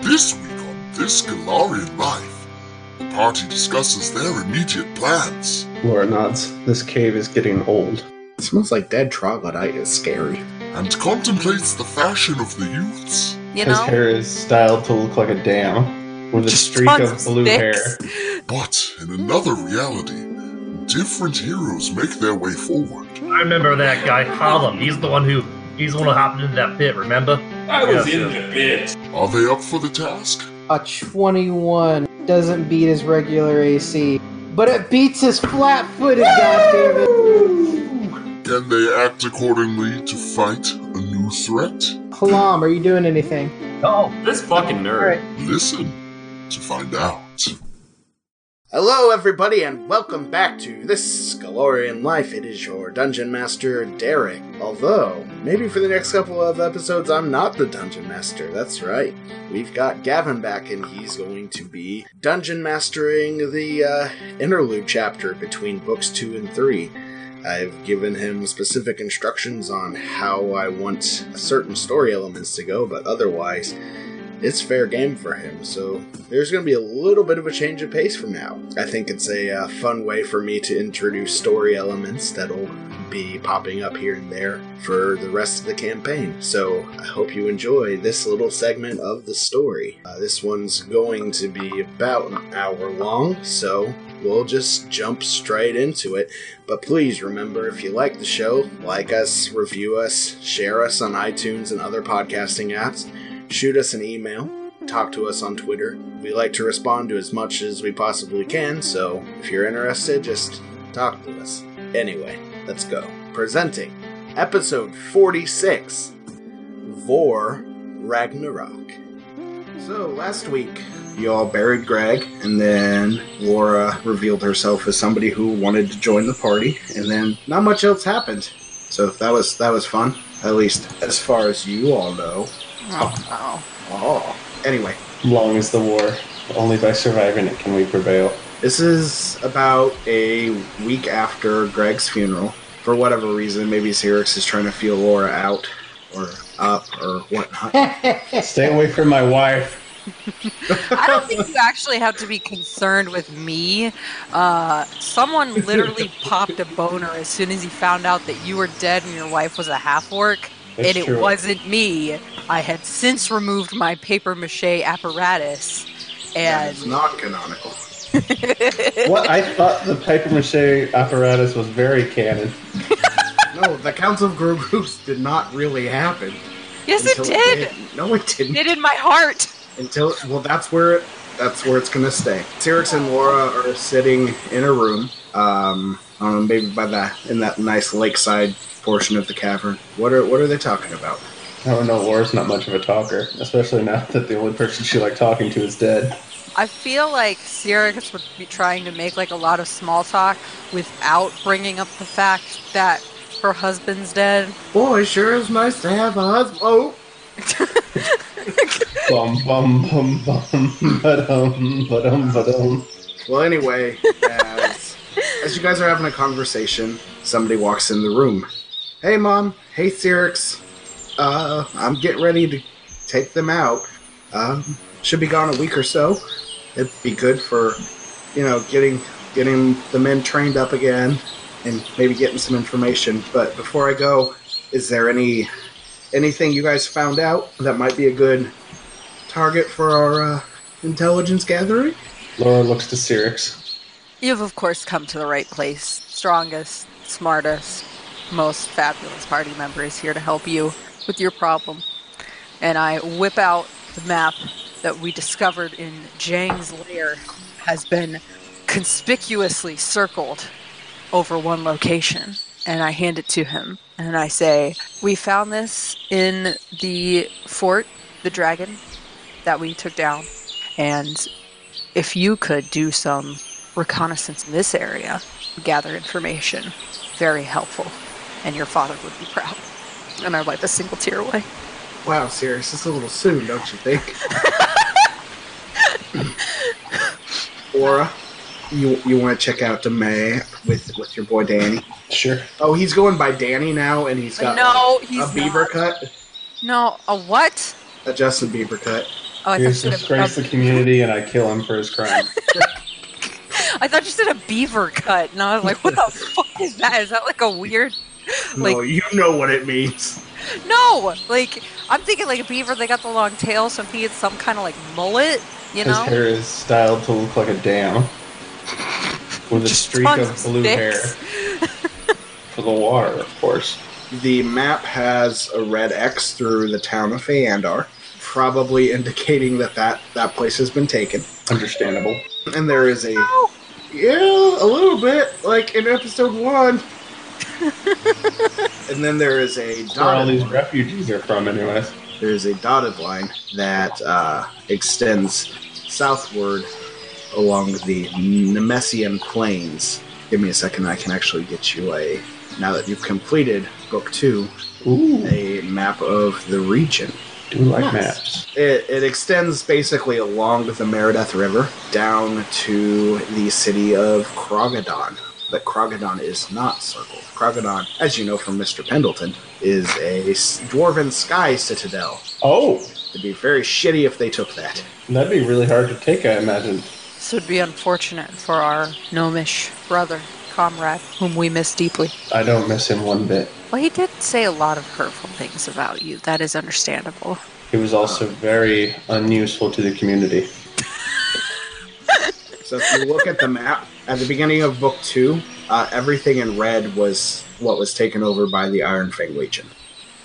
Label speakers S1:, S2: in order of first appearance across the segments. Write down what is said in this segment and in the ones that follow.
S1: This week on This Galarian Life, the party discusses their immediate plans.
S2: Laura nods. This cave is getting old.
S3: It smells like dead troglodyte. It's scary.
S1: and contemplates the fashion of the youths.
S4: You
S2: His
S4: know,
S2: hair is styled to look like a dam, with a
S4: Just
S2: streak of
S4: tons
S2: blue
S4: sticks.
S2: hair.
S1: But in another reality, different heroes make their way forward.
S5: I remember that guy, Hollum. He's the one who he's the one who hopped into that pit, remember?
S6: I was
S5: Yeah,
S6: in the pit.
S1: Are they up for the task?
S7: A 21 doesn't beat his regular AC, but it beats his flat footed, goddammit.
S1: Can they act accordingly to fight a new threat?
S7: Kalam, are you doing anything?
S6: Oh, this fucking nerd.
S1: Listen to find out.
S3: Hello, everybody, and welcome back to This Galorian Life. It is your Dungeon Master, Derek. Although, maybe for the next couple of episodes, I'm not the Dungeon Master. That's right. We've got Gavin back, and he's going to be Dungeon Mastering the uh, interlude chapter between books two and three. I've given him specific instructions on how I want certain story elements to go, but otherwise, it's fair game for him. So there's going to be a little bit of a change of pace from now. I think it's a uh, fun way for me to introduce story elements that'll be popping up here and there for the rest of the campaign. So I hope you enjoy this little segment of the story. Uh, this one's going to be about an hour long, so we'll just jump straight into it. But please remember if you like the show, like us, review us, share us on iTunes and other podcasting apps shoot us an email, talk to us on Twitter. We like to respond to as much as we possibly can, so if you're interested, just talk to us. Anyway, let's go. Presenting episode 46 Vor Ragnarok. So last week, you all buried Greg, and then Laura revealed herself as somebody who wanted to join the party, and then not much else happened. So that was that was fun, at least as far as you all know.
S4: oh,
S3: Oh. Anyway,
S2: Long is the war. Only by surviving it can we prevail.
S3: this is about a week after Greg's funeral. For whatever reason, maybe Xerix is trying to feel Laura out or up or whatnot.
S2: Stay away from my wife.
S4: I don't think you actually have to be concerned with me. Uh, someone literally popped a boner as soon as he found out that you were dead and your wife was a half orc,
S2: That's
S4: and it
S2: true.
S4: wasn't me. I had since removed my paper mache apparatus, and
S3: It's not canonical.
S2: What I thought the paper mache apparatus was very canon.
S3: No, the Council of Guru Groups did not really happen.
S4: yes, it
S3: until
S4: did. It
S3: No, it didn't.
S4: did in my heart.
S3: until well that's where it that's where it's gonna stay Tyrix and laura are sitting in a room um i don't know maybe by that in that nice lakeside portion of the cavern what are what are they talking about
S2: I don't know, Laura's not much of a talker, especially now that the only person she liked talking to is dead.
S4: I feel like Sirius would be trying to make like a lot of small talk without bringing up the fact that her husband's dead.
S3: boy sure is nice to have a husband oh
S2: Bum bum bum bum ba-dum ba-dum ba-dum.
S3: well anyway as, as you guys are having a conversation somebody walks in the room hey mom hey Tyrix. uh i'm getting ready to take them out um should be gone a week or so it'd be good for you know getting getting the men trained up again and maybe getting some information but before i go is there any anything you guys found out that might be a good target for our uh, intelligence gathering
S2: Laura looks to Cyrix.
S4: You've of course come to the right place. Strongest, smartest, most fabulous party member is here to help you with your problem. And I whip out the map that we discovered in Jang's lair has been conspicuously circled over one location. And I hand it to him and I say, We found this in the fort, the dragon that we took down. And if you could do some reconnaissance in this area, gather information, very helpful, and your father would be proud. And I wipe a single tear away.
S3: Wow, serious. It's a little soon, don't you think? Aura, you you want to check out the map with with your boy Danny?
S2: Sure.
S3: Oh, he's going by Danny now, and he's got
S4: no,
S3: a
S4: he's
S3: beaver
S4: not.
S3: cut,
S4: No, a what?
S3: a Justin Bieber cut.
S4: Oh, I
S8: He has
S4: thought, you said
S8: disgraced the
S4: a,
S8: community, and I kill him for his crime.
S4: I thought you said a beaver cut, and I was like, "What the fuck is that? Is that like a weird
S3: no, you know what it means.
S4: No, like I'm thinking like a beaver. They got the long tail, so I'm thinking it's some kind of like mullet. You
S8: His
S4: know,
S8: hair is styled to look like a dam, with a streak
S4: Tons
S8: of blue
S4: sticks.
S8: hair for the water, of course.
S3: The map has a red X through the town of Feandar, probably indicating that that, that place has been taken.
S8: Understandable.
S3: And there is a
S4: Oh,
S3: yeah, a little bit like in episode one. and then there is a
S8: That's where all
S3: dotted
S8: these
S3: line.
S8: refugees are from, anyways.
S3: there is a dotted line that uh, extends southward along the Nemesian plains. Give me a second, I can actually get you a. Now that you've completed book two,
S8: Ooh,
S3: a map of the region.
S8: do like
S9: Nice.
S8: maps.
S3: It, it extends basically along the Meredith River down to the city of Krogadon. But Krogadon is not circled. Krogadon, as you know from Mr. Pendleton, is a s- dwarven sky citadel.
S8: Oh,
S3: It'd be very shitty if they took that.
S8: that'd be really hard to take, I imagine.
S4: this would be unfortunate for our gnomish brother, comrade, whom we miss deeply.
S8: I don't miss him one bit.
S4: Well, he did say a lot of hurtful things about you. That is understandable.
S8: He was also very unuseful to the community.
S3: So if you look at the map at the beginning of book two, uh, everything in red was what was taken over by the Iron Fang Legion.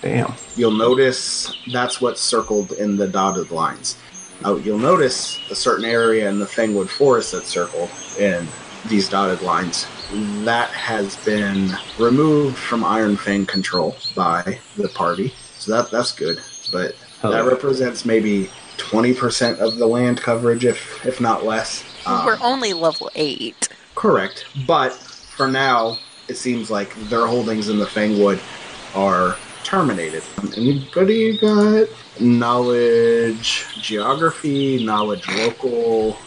S8: Damn.
S3: You'll notice that's what's circled in the dotted lines. Now, you'll notice a certain area in the Fangwood Forest that's circled in these dotted lines. That has been removed from Iron Fang control by the party, so that that's good. But
S8: Hell
S3: that
S8: yeah.
S3: represents maybe twenty percent of the land coverage, if if not less. Um,
S4: We're only level eight.
S3: Correct. But for now, it seems like their holdings in the Fangwood are terminated. Anybody got knowledge geography, knowledge local?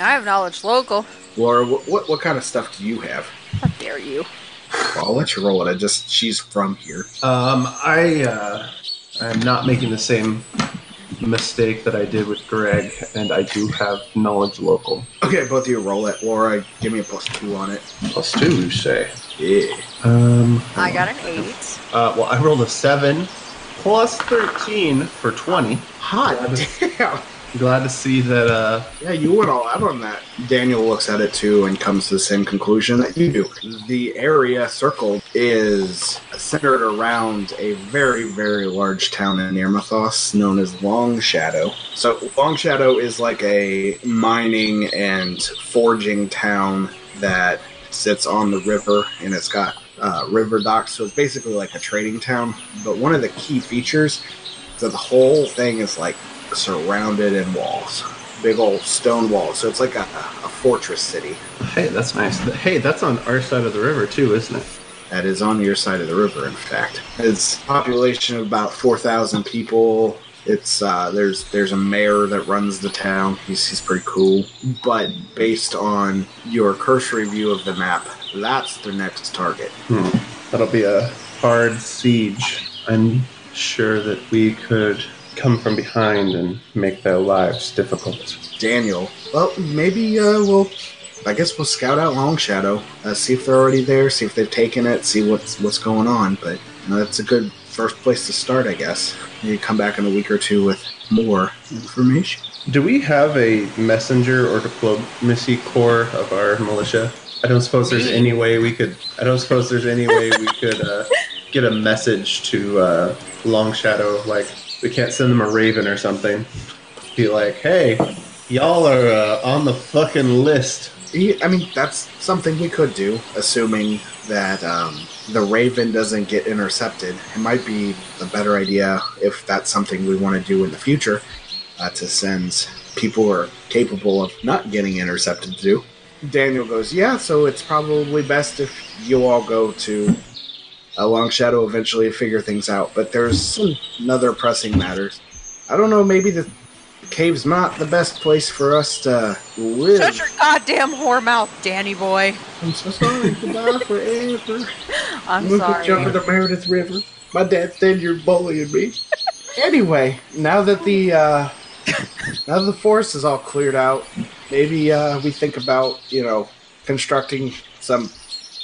S4: I have knowledge local.
S3: Laura, wh- what, what kind of stuff do you have?
S4: How dare you?
S3: Well, I'll let you roll it. I just, she's from here.
S8: Um, I uh, I'm not making the same mistake that I did with Greg, and I do have knowledge local
S3: Okay, both of you roll it. Laura, give me a plus two on it.
S8: plus two. You say?
S3: Yeah.
S8: Um,
S4: I got an eight.
S8: uh, well, I rolled a seven plus thirteen for twenty.
S3: Hot damn.
S8: Glad to see that. Uh,
S3: Yeah, you went all out on that. Daniel looks at it too and comes to the same conclusion that you do. The area circled is centered around a very, very large town in Irmathos known as Long Shadow. So, Long Shadow is like a mining and forging town that sits on the river and it's got uh, river docks, so it's basically like a trading town. But one of the key features is that the whole thing is like surrounded in walls big old stone wall. So it's like a, a fortress city
S8: hey, that's nice. Hey, that's on our side of the river too, isn't it?
S3: that is on your side of the river. In fact, it's population of about four thousand people. It's uh, there's there's a mayor that runs the town. He's he's pretty cool. But based on your cursory view of the map, that's their next target.
S8: Hmm. That'll be a hard siege. I'm sure that we could come from behind and make their lives difficult.
S3: Daniel. Well, maybe uh, we'll. I guess we'll scout out Long Shadow, uh, see if they're already there, see if they've taken it, see what's what's going on. But you know, that's a good first place to start, I guess. You come back in a week or two with more information.
S8: Do we have a messenger or diplomacy corps of our militia? I don't suppose there's any way we could. I don't suppose there's any way we could uh, get a message to uh, Long Shadow. Like we can't send them a raven or something. Be like, hey, y'all are uh, on the fucking list.
S3: Yeah, I mean, that's something we could do, assuming that um, the Raven doesn't get intercepted. It might be a better idea if that's something we want to do in the future uh, to send people who are capable of not getting intercepted to. do. Daniel goes, Yeah, so it's probably best if you all go to a Long Shadow eventually to figure things out. But there's some other pressing matters. I don't know, maybe the cave's not the best place for us to live.
S4: Shut your goddamn whore mouth, Danny boy.
S3: I'm so sorry. Goodbye forever.
S4: I'm sorry.
S3: jumping the Meredith River. My dad's dead. You're bullying me. Anyway, now that the uh, Now that the forest is all cleared out, maybe uh, we think about, you know, constructing some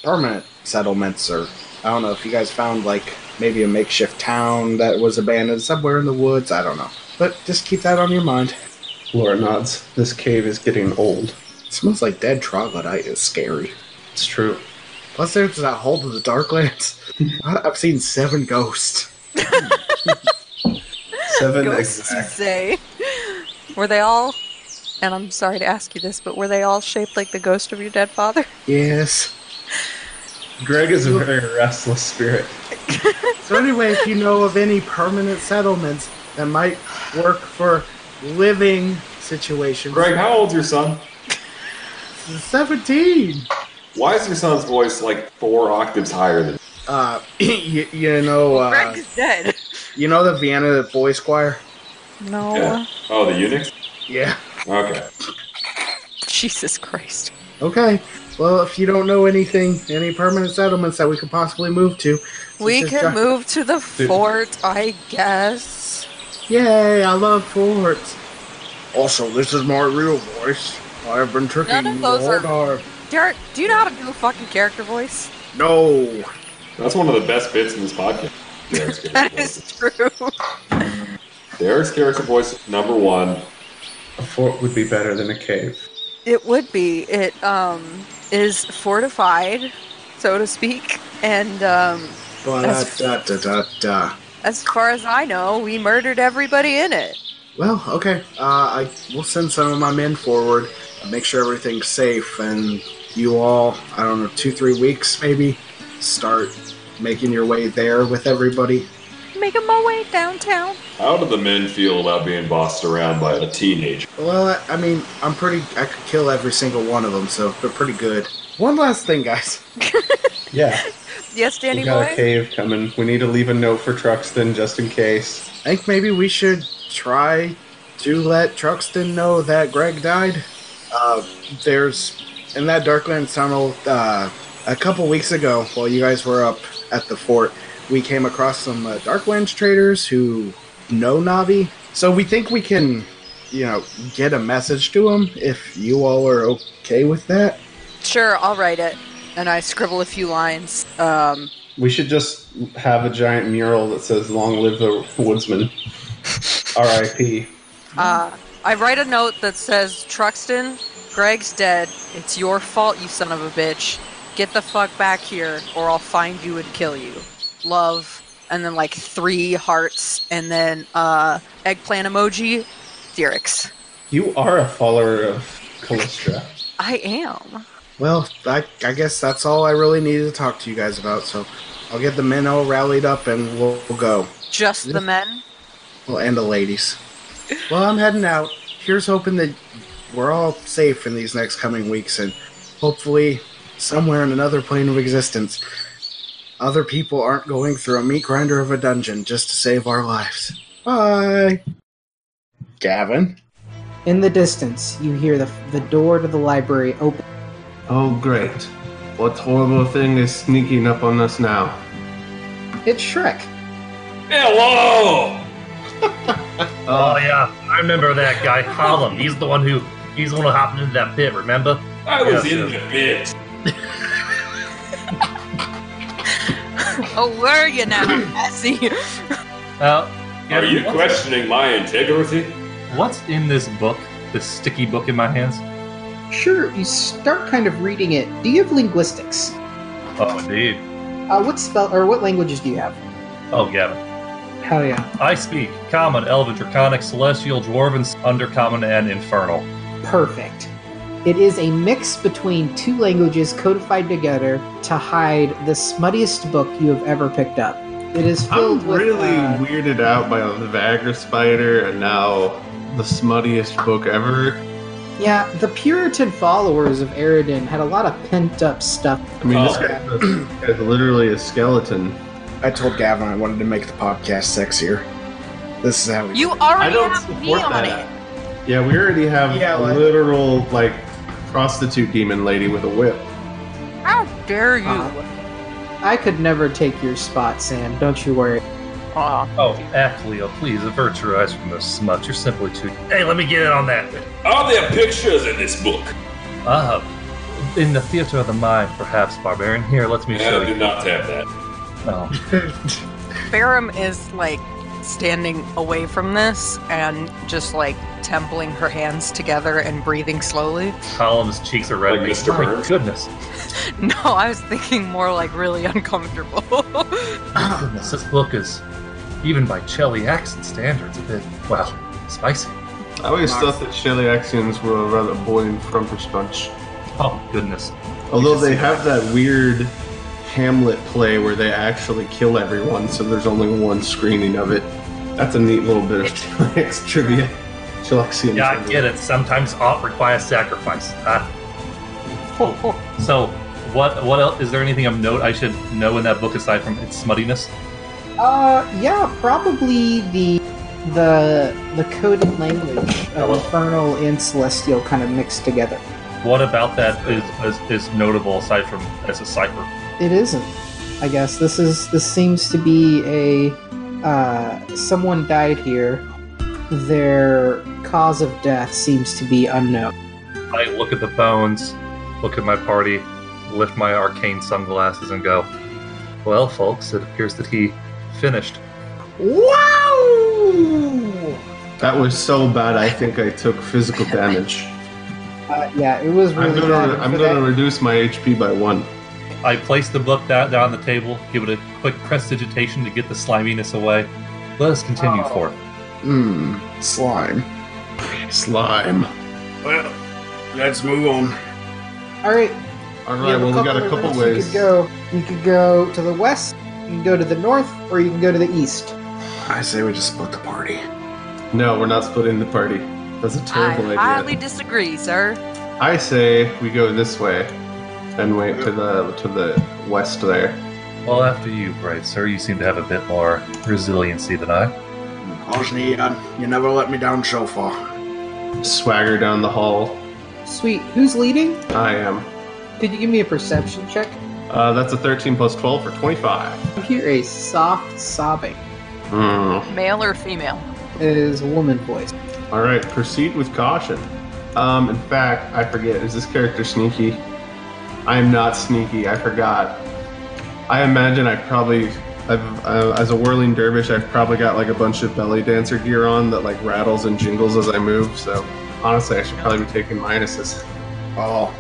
S3: permanent settlements or I don't know if you guys found like maybe a makeshift town that was abandoned somewhere in the woods, I don't know. But just keep that on your mind.
S2: Laura nods. This cave is getting old.
S3: It smells like dead troglodyte. It's scary.
S2: It's true.
S3: Plus, there's that hole to the Darklands. I- I've seen seven ghosts.
S2: Seven
S4: Ghosts, you
S2: exact.
S4: say? Were they all? And I'm sorry to ask you this, but were they all shaped like the ghost of your dead father?
S3: Yes.
S2: Greg is a very restless spirit.
S3: So anyway, if you know of any permanent settlements that might work for living situations,
S6: Greg, how old's your son?
S3: Seventeen.
S6: Why is your son's voice like four octaves higher than?
S3: Uh, you, you know, uh,
S4: Greg is dead.
S3: you know the Vienna Boys Choir.
S4: No.
S6: Yeah. Oh, the eunuchs.
S3: Yeah.
S6: Okay.
S4: Jesus Christ.
S3: Okay. Well, if you don't know anything, any permanent settlements that we could possibly move to,
S4: We
S3: just
S4: can
S3: got-
S4: move to the fort, I guess.
S3: yay! I love forts. Also, this is my real voice. I've been tricking
S4: None of
S3: you
S4: those
S3: all
S4: are-
S3: time.
S4: Derek, do you know how to do a fucking character voice?
S3: No.
S6: That's one of the best bits in this podcast. Derek's
S4: That
S6: character
S4: is
S6: voice.
S4: true.
S6: Derek's character voice number one.
S2: A fort would be better than a cave.
S4: It would be. It um is fortified, so to speak. And um
S3: But da da da da.
S4: as far as I know, we murdered everybody in it.
S3: Well, okay. Uh, I will send some of my men forward. Make sure everything's safe, and you all, I don't know, two, three weeks maybe, start making your way there with everybody.
S4: Making my way downtown.
S6: How do the men feel about being bossed around by a teenager?
S3: Well, I I mean, I'm pretty. I could kill every single one of them, so they're pretty good. One last thing, guys.
S2: Yeah.
S4: Yes, Danny
S2: We got
S4: boy.
S2: a cave coming. We need to leave a note for Truxton just in case.
S3: I think maybe we should try to let Truxton know that Greg died. Uh, there's in that Darklands tunnel. Uh, a couple weeks ago, while you guys were up at the fort, we came across some uh, Darklands traders who know Navi. So we think we can, you know, get a message to them if you all are okay with that.
S4: Sure, I'll write it. And I scribble a few lines. Um
S2: We should just have a giant mural that says "Long live the woodsman." R.I.P.
S4: uh I write a note that says, Truxton, Greg's dead. It's your fault, you son of a bitch. Get the fuck back here, or I'll find you and kill you. Love. And then like three hearts, and then uh eggplant emoji, Derek's.
S2: You are a follower of Callistra.
S4: I am.
S3: Well, I, I guess that's all I really needed to talk to you guys about. So I'll get the men all rallied up and we'll, we'll go.
S4: Just the men.
S3: Well, and the ladies. Well, I'm heading out. Here's hoping that we're all safe in these next coming weeks and hopefully somewhere in another plane of existence, other people aren't going through a meat grinder of a dungeon just to save our lives. Bye. Gavin?
S7: In the distance, you hear the, the door to the library open.
S2: Oh, great! What horrible thing is sneaking up on us now?
S7: It's Shrek.
S6: Hello.
S5: Oh yeah, I remember that guy Colin. He's the one who he's the one who hopped into that pit. Remember?
S6: I was
S5: Yes,
S6: in the pit.
S4: Oh, where are you now? I see you.
S5: Uh,
S6: Are you questioning my integrity?
S5: What's in this book? This sticky book in my hands?
S7: Sure, you start kind of reading it. Do you have linguistics?
S5: Oh, indeed.
S7: Uh, what spell or what languages do you have?
S5: Oh, Gavin.
S7: Hell yeah.
S5: I speak common, elven, draconic, celestial, dwarven, undercommon, and infernal.
S7: Perfect. It is a mix between two languages codified together to hide the smuttiest book you have ever picked up. It is filled
S2: I'm
S7: with
S2: really
S7: uh,
S2: weirded out by the Viagra Spider and now the smuttiest book ever.
S7: yeah. The Puritan followers of Eridan had a lot of pent up stuff.
S2: I mean, this,
S6: Oh.
S2: guy's a, this guy's literally a skeleton.
S3: I told Gavin I wanted to make the podcast sexier. This is how we.
S4: You
S2: I
S4: already
S2: don't
S4: have me
S2: support
S4: on
S2: that.
S4: it.
S2: Yeah, we already have
S3: Yeah,
S2: a
S3: like-
S2: literal like prostitute demon lady with a whip.
S4: How dare you?
S2: Uh-huh.
S7: Uh, I could never take your spot, Sam. Don't you worry.
S2: Uh-huh.
S4: Aw.
S5: Oh, act, Leo, please avert your eyes from this smut. You're simply too. Hey, let me get in on that.
S6: Are there pictures in this book?
S5: Uh, in the theater of the mind, perhaps, Barbarian. Here, let me
S6: Yeah,
S5: show
S6: I do
S5: you. Oh,
S6: not have that.
S5: No.
S4: Barum is like standing away from this and just like templing her hands together and breathing slowly.
S5: Column's cheeks are red. Oh
S6: Like Mr.
S5: My
S6: Burns?
S5: goodness.
S4: No, I was thinking more like really uncomfortable.
S5: My goodness, this book is, even by Chelly accent standards, a bit, wow, spicy.
S8: I always thought that Shelly accents were rather boring from her sponge.
S5: Oh, goodness.
S8: Although they have that weird Hamlet play where they actually kill everyone, so there's only one screening of it. That's a neat little bit of Chillax trivia. Chillaxian
S5: Yeah, I
S8: trivia.
S5: get it. Sometimes art requires sacrifice. Ah. So, what what else? Is there anything of note I should know in that book aside from its smuttiness?
S7: Uh, yeah, probably the the the coded language of infernal and celestial kind of mixed together.
S5: What about that is, is, is notable aside from as a cipher?
S7: It isn't. I guess this is this seems to be a uh, someone died here. Their cause of death seems to be unknown.
S5: I look at the bones, look at my party, lift my arcane sunglasses, and go, Well, folks, it appears that he finished.
S7: Wow!
S8: That was so bad. I think I took physical damage.
S7: Uh, yeah, it was
S8: I'm
S7: really
S8: gonna
S7: bad.
S8: I'm
S7: For
S8: gonna
S7: that-
S8: reduce my HP by one.
S5: I place the book down, down on the table, give it a quick prestidigitation to get the sliminess away. Let us continue
S7: Oh.
S5: forth.
S3: Mmm, slime.
S8: Slime.
S3: Well, let's move on.
S7: All right,
S8: All
S7: You
S8: right.
S7: have
S8: Well, we got a
S7: of
S8: couple
S7: routes
S8: ways.
S7: You could go. You could go to the west. You can go to the north, or you can go to the east.
S3: I say we just split the party.
S8: No, we're not splitting the party. That's a
S4: I
S8: terrible
S4: highly
S8: idea.
S4: disagree, sir.
S8: I say we go this way, and wait to the to the west there.
S5: Well, after you, brave sir, you seem to have a bit more resiliency than I.
S3: Oshni, uh, you never let me down so far.
S8: Swagger down the hall.
S7: Sweet. Who's leading?
S8: I am.
S7: Could you give me a perception check?
S8: Uh, that's a 13 plus 12 for 25.
S7: You hear a soft sobbing.
S8: Hmm.
S4: Male or female?
S7: It is a woman voice.
S8: All right, proceed with caution. Um, in fact, I forget. Is this character sneaky? I am not sneaky. I forgot. I imagine I probably, I've, uh, as a whirling dervish, I've probably got like a bunch of belly dancer gear on that like rattles and jingles as I move. So honestly, I should probably be taking minuses.
S3: Oh,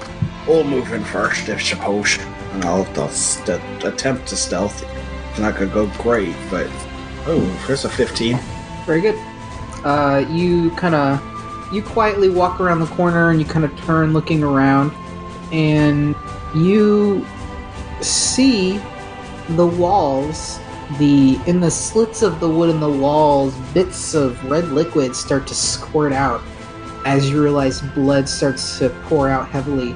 S3: we'll move in first, if suppose. And I'll, I'll st- attempt to stealth. It's not gonna go great, but. Oh, there's a 15.
S7: Very good. Uh, you kind of, you quietly walk around the corner and you kind of turn, looking around, and you see the walls, the in the slits of the wood in the walls, bits of red liquid start to squirt out as you realize blood starts to pour out heavily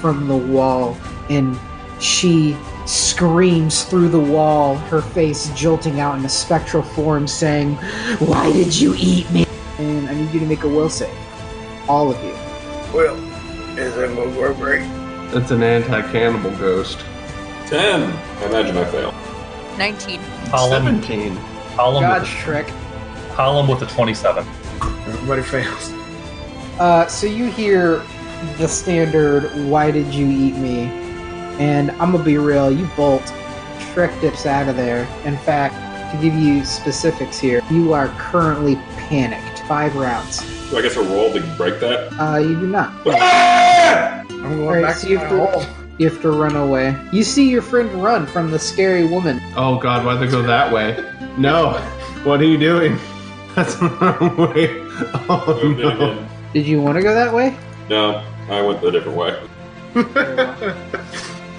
S7: from the wall, and she screams through the wall, her face jolting out in a spectral form, saying, Why did you eat me? And I need you to make a will save. All of you.
S3: Well, is it gonna go great?
S8: That's an anti-cannibal ghost.
S6: Ten. I imagine I fail.
S4: 19.
S5: Column,
S8: 17.
S5: column,
S7: God,
S5: with
S7: Shrek.
S5: a, column with a 27.
S3: Everybody fails.
S7: Uh, so you hear the standard, Why did you eat me? And I'm gonna be real, you bolt. Shrek dips out of there. In fact, to give you specifics here, you are currently panicked. Five rounds.
S6: Do I get to roll to break that?
S7: Uh, you do not.
S3: I'm going
S7: Alright,
S3: back
S7: so
S3: to
S7: you
S3: my
S7: have to-
S3: hole.
S7: You have to run away. You see your friend run from the scary woman.
S8: Oh God, why'd they go that way? No, what are you doing? That's the wrong way. Oh
S6: Moved it
S8: no.
S6: again.
S7: Did you want to go that way?
S6: No, I went the different way.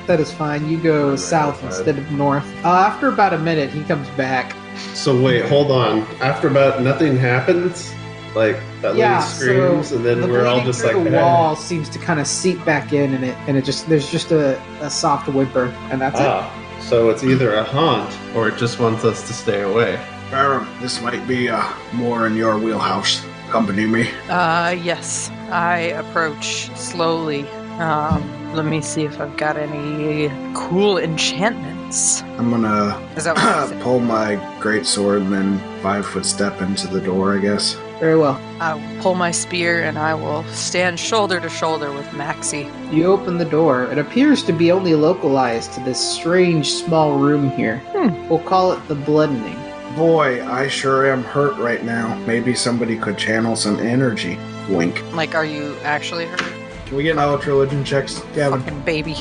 S7: That is fine. You go south instead of north. Uh, after about a minute, he comes back.
S2: So wait, hold on. After about nothing happens, like that
S7: yeah,
S2: lady screams,
S7: so
S2: and then
S7: the
S2: we're all
S7: bleeding
S2: just
S7: through
S2: like,
S7: the
S2: "Eh."
S7: wall seems to kind of seep back in, and it and it just there's just a, a soft whimper, and that's it.
S2: ah. So it's either a haunt.
S8: Or it just wants us to stay away.
S3: Barum, this might be uh, more in your wheelhouse. Accompany me.
S4: Uh, yes. I approach slowly. Um, let me see if I've got any cool enchantment. entrance.
S3: I'm gonna
S4: Is that what you said?
S3: pull my great sword and then five foot step into the door. I guess.
S7: Very well.
S4: I will pull my spear and I will stand shoulder to shoulder with Maxie.
S7: You open the door. It appears to be only localized to this strange small room here. We'll call it the Bloodening.
S3: Boy, I sure am hurt right now. Maybe somebody could channel some energy. Wink.
S4: Like, are you actually hurt?
S3: Can we get knowledge religion checks, Gavin?
S4: Fucking baby.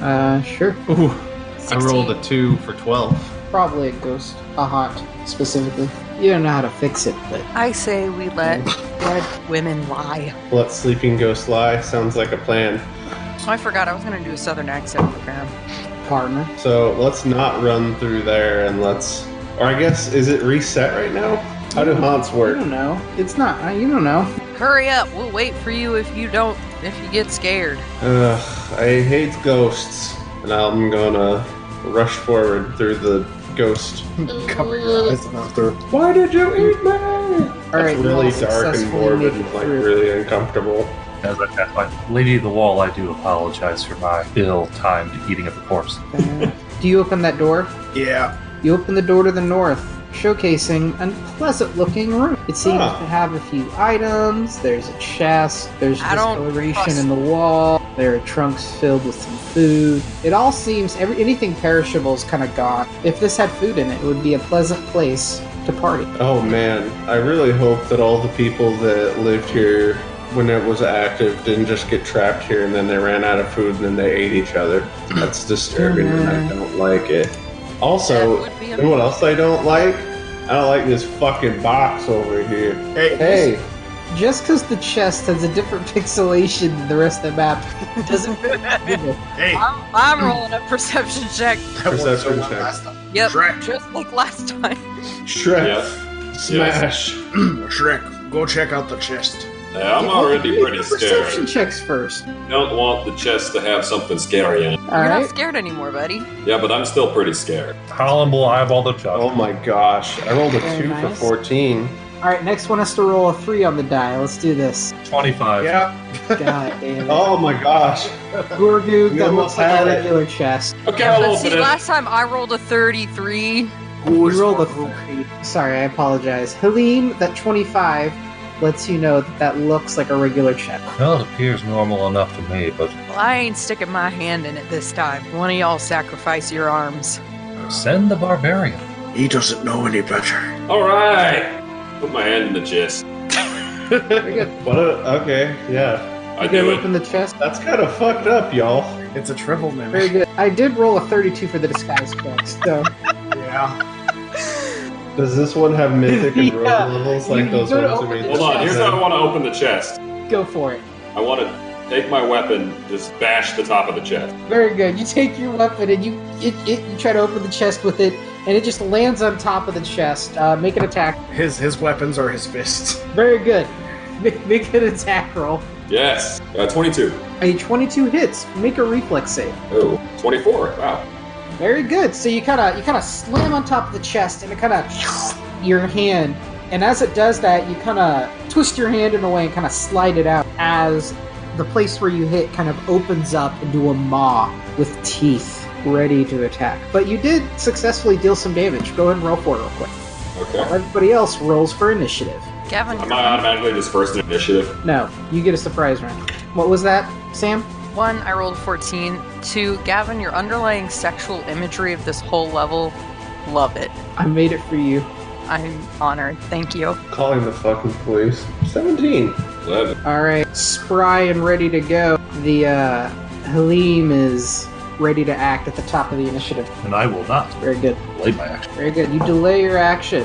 S7: Uh, sure.
S8: Ooh, I
S4: 16.
S8: rolled a two for twelve.
S7: Probably a ghost. A haunt, specifically. You don't know how to fix it, but
S4: I say we let dead women lie.
S8: Let sleeping ghost lie. Sounds like a plan.
S4: Oh, I forgot I was gonna do a southern accent for Graham.
S7: partner.
S8: So let's not run through there and let's. Or I guess is it reset right now? How do haunts
S7: You
S8: work?
S7: don't know. It's not. uh, You don't know.
S4: Hurry up, we'll wait for you if you don't, if you get scared.
S8: Ugh, I hate ghosts, and I'm gonna rush forward through the ghost.
S3: Cover your eyes and after.
S8: Why did you eat me?
S7: All right.
S8: it's
S7: you
S8: really
S7: all
S8: dark
S7: successfully
S8: and morbid,
S7: make it
S8: and like
S7: through.
S8: really uncomfortable.
S5: As I pass by, Lady of the Wall, I do apologize for my ill-timed eating of the corpse.
S7: Uh, do you open that door?
S3: Yeah.
S7: You open the door to the north, showcasing an pleasant looking room. It seems
S8: Huh.
S7: to have a few items. There's a chest, there's
S4: I don't
S7: discoloration
S4: trust-
S7: in the wall, there are trunks filled with some food. It all seems every anything perishable is kind of gone. If this had food in it, it would be a pleasant place to party.
S8: Oh man, I really hope that all the people that lived here when it was active didn't just get trapped here and then they ran out of food and then they ate each other. That's disturbing
S7: Oh,
S8: and I don't like it. Also,
S4: That would be
S8: you know what else I don't like? I don't like this fucking box over here.
S3: Hey.
S8: Hey,
S7: Just because the chest has a different pixelation than the rest of the map doesn't mean
S3: Hey.
S4: I'm, I'm rolling a perception check.
S3: That was
S8: Perception
S3: the one
S8: check.
S3: last time.
S4: Yep,
S3: Shrek.
S4: just like last time.
S8: Shrek, smash.
S3: Shrek, go check out the chest.
S6: Yeah, I'm
S7: Yeah,
S6: already
S7: do
S6: pretty
S7: the Perception
S6: scared.
S7: checks first.
S6: Don't want the chest to have something scary in it.
S7: All
S4: You're
S7: right.
S4: not scared anymore, buddy.
S6: Yeah, but I'm still pretty scared.
S5: Colin will eyeball the jug.
S8: Oh my gosh, I rolled a
S7: Very
S8: two for
S7: nice.
S8: 14.
S7: All right. Next one has to roll a three on the die. Let's do this.
S5: 25.
S8: Yeah.
S7: God damn it.
S8: Oh my gosh.
S7: Gorgoog
S8: We
S7: that
S8: almost
S7: looks like
S8: had
S7: a
S8: it.
S7: regular chest.
S6: Okay,
S4: Yeah,
S6: I'll
S4: but
S6: open
S4: see,
S6: it.
S4: last time I rolled a 33.
S7: You rolled a three. Sorry, I apologize. Helene, that 25 lets you know that that looks like a regular chest.
S5: Well, it appears normal enough to me, but
S4: Well, I ain't sticking my hand in it this time. One of y'all sacrifice your arms.
S5: send the barbarian.
S3: He doesn't know any better.
S6: All right. Put my hand in the chest.
S8: What a, okay, yeah.
S6: I
S7: You
S6: do it.
S7: open the chest.
S8: That's kind of fucked up, y'all.
S3: It's a triple
S7: Very
S3: mimic.
S7: good. I did roll a 32 for the disguise check, so
S3: Yeah.
S8: Does this one have mythic and rogue
S7: Yeah.
S8: levels like
S7: You
S8: those
S7: go to
S8: ones we
S7: open
S8: made?
S7: the
S6: Hold on. Here's how I want to open the chest.
S7: go for it.
S6: I want to take my weapon, just bash the top of the chest.
S7: Very good. You take your weapon and you it, it, you try to open the chest with it, and it just lands on top of the chest. Uh, make an attack.
S3: His his weapons are his fists.
S7: Very good. Make, make an attack roll.
S6: Yes. Uh, 22.
S7: A 22 hits. Make a reflex save.
S6: Oh, 24. Wow.
S7: Very good. So you kind of you kind of slam on top of the chest, and it kind of your hand. And as it does that, you kind of twist your hand in a way and kind of slide it out as the place where you hit kind of opens up into a maw with teeth ready to attack. But you did successfully deal some damage. Go ahead and roll for it real quick.
S6: Okay.
S7: Everybody else rolls for initiative.
S4: Gavin,
S6: Am I automatically dispersed in initiative?
S7: No, you get a surprise round. What was that, Sam?
S4: one, I rolled a 14. Two, Gavin, your underlying sexual imagery of this whole level, love it.
S7: I made it for you.
S4: I'm honored. Thank you.
S8: Calling the fucking police. 17.
S6: 11.
S7: All right, spry and ready to go. The uh, Halim is ready to act at the top of the initiative.
S5: And I will not
S7: Very good,
S5: delay my action.
S7: very good. You delay your action.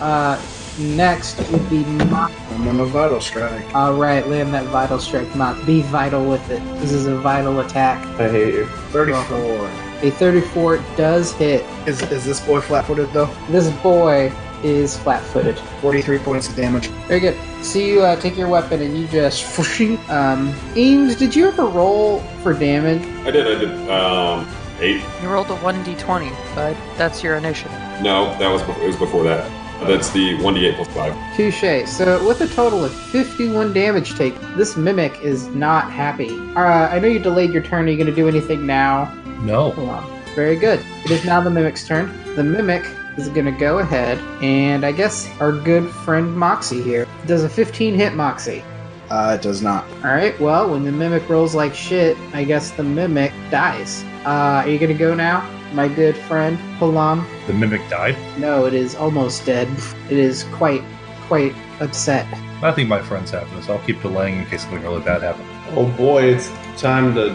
S7: Uh, next would be Mach.
S3: I'm on a vital strike.
S7: All right, land that vital strike, Mach. Be vital with it. This is a vital attack.
S8: I hate you.
S3: Thirty-four.
S7: A 34 does hit.
S3: Is is this boy flat-footed though?
S7: This boy is flat-footed.
S3: Forty-three points of damage.
S7: Very good. So you uh, take your weapon and you just. Um, Eames, did you ever roll for damage?
S6: I did. I did. Um, 8.
S4: You rolled a 1d20, bud. That's your initiative.
S6: No, that was before, it was before that. That's the 1d8 plus 5.
S7: Touche. So, with a total of 51 damage take, this mimic is not happy. Uh, I know you delayed your turn. Are you going to do anything now?
S5: No.
S7: Hold on. Very good. It is now the mimic's turn. The mimic is going to go ahead and I guess our good friend Moxie here does a 15 hit Moxie.
S3: Uh, it does not.
S7: All right. Well, when the mimic rolls like shit, I guess the mimic dies. Uh, are you gonna go now, my good friend Palam?
S5: The mimic died.
S7: No, it is almost dead. It is quite, quite upset.
S5: Nothing my friends happened, so I'll keep delaying in case something really bad happens.
S8: Oh boy, it's time to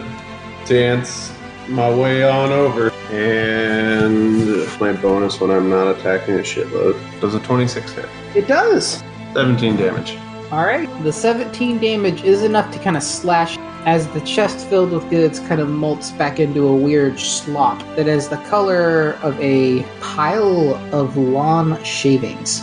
S8: dance my way on over. And my bonus when I'm not attacking a shitload. Does a 26 hit?
S7: It does.
S8: 17 damage.
S7: All right. The 17 damage is enough to kind of slash as the chest filled with goods kind of molts back into a weird slop that is the color of a pile of lawn shavings.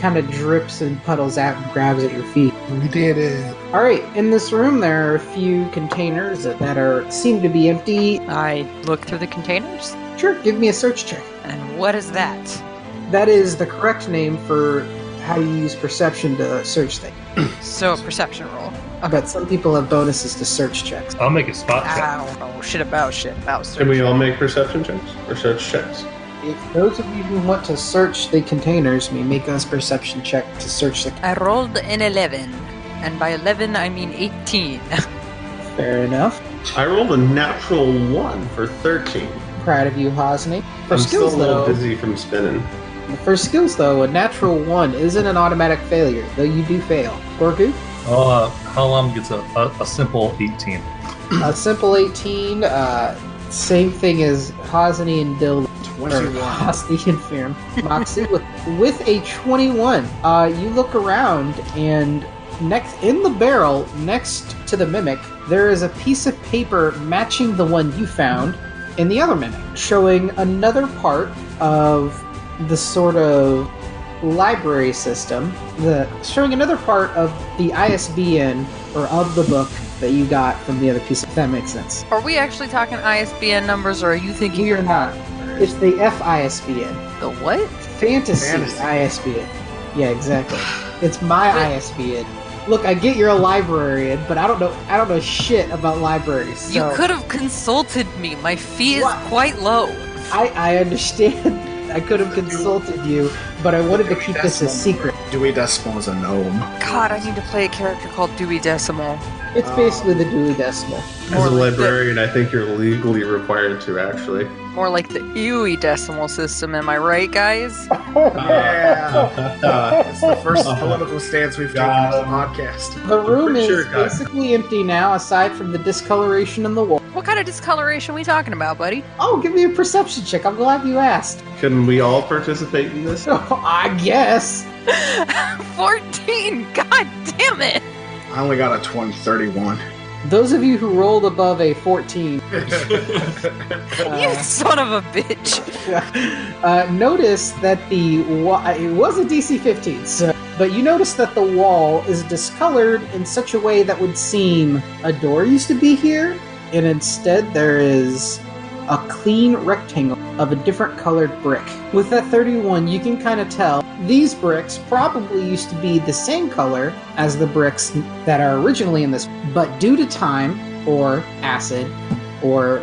S7: kind of drips and puddles out and grabs at your feet.
S3: We did it.
S7: All right. In this room, there are a few containers that are seem to be empty.
S4: I look through the containers.
S7: Sure. Give me a search check.
S4: And what is that?
S7: That is the correct name for how you use perception to search things.
S4: So, a perception roll.
S7: But some people have bonuses to search checks.
S5: I'll make a spot check.
S4: I don't know shit about shit about
S8: Can
S4: search.
S8: we all make perception checks or search checks?
S7: If those of you who want to search the containers may make us perception check to search the.
S4: I rolled an 11, and by 11 I mean 18.
S7: Fair enough.
S8: I rolled a natural one for 13.
S7: Proud of you, Hosni. For
S8: I'm
S7: skills
S8: still a little
S7: though,
S8: dizzy from spinning.
S7: for skills though, a natural one isn't an automatic failure, though you do fail. Gorgu,
S5: Uh, Halam gets a, a, a simple 18.
S7: a Uh, simple eighteen. Uh, same thing as Hosni and Dil. or
S3: 21.
S7: Hosni and Firm. Moxie with with a twenty-one. Uh, you look around and next in the barrel next to the mimic there is a piece of paper matching the one you found in the other mimic showing another part of the sort of library system the showing another part of the isbn or of the book that you got from the other piece if that makes sense
S4: Are we actually talking ISBN numbers, or are you thinking
S7: we are not it's the fisbn
S4: the what?
S7: Fantasy,
S3: Fantasy.
S7: ISBN. Yeah, exactly. It's my
S4: But-
S7: ISBN. Look, I get you're a librarian, but I don't know I don't know shit about libraries. So
S4: You could have consulted me. My fee is
S7: What?
S4: quite low.
S7: I, I understand. I could have consulted you, but I wanted to keep this a secret.
S3: Dewey Decimal is a gnome.
S4: God, I need to play a character called Dewey Decimal.
S7: It's
S8: Uh,
S7: basically the Dewey Decimal.
S4: More
S8: As a
S4: like the-
S8: librarian, I think you're legally required to actually.
S4: More like the Ewy decimal system, am I right, guys?
S3: Yeah. It's the first political stance we've taken
S8: Got
S3: on the
S8: him.
S3: podcast.
S7: The room
S8: pretty
S7: is
S8: sure it got-
S7: basically empty now, aside from the discoloration in the wall.
S4: What kind of discoloration we talking about, buddy?
S7: Oh, give me a perception check. I'm glad you asked.
S8: Can we all participate in this?
S7: I guess.
S4: 14! God damn it!
S3: I only got a 20, 31.
S7: Those of you who rolled above a 14. uh,
S4: You son of a bitch!
S7: uh, notice that the wa- it was a DC 15, so, but you notice that the wall is discolored in such a way that would seem a door used to be here, and instead there is a clean rectangle of a different colored brick. With that 31, you can kind of tell these bricks probably used to be the same color as the bricks that are originally in this, but due to time or acid or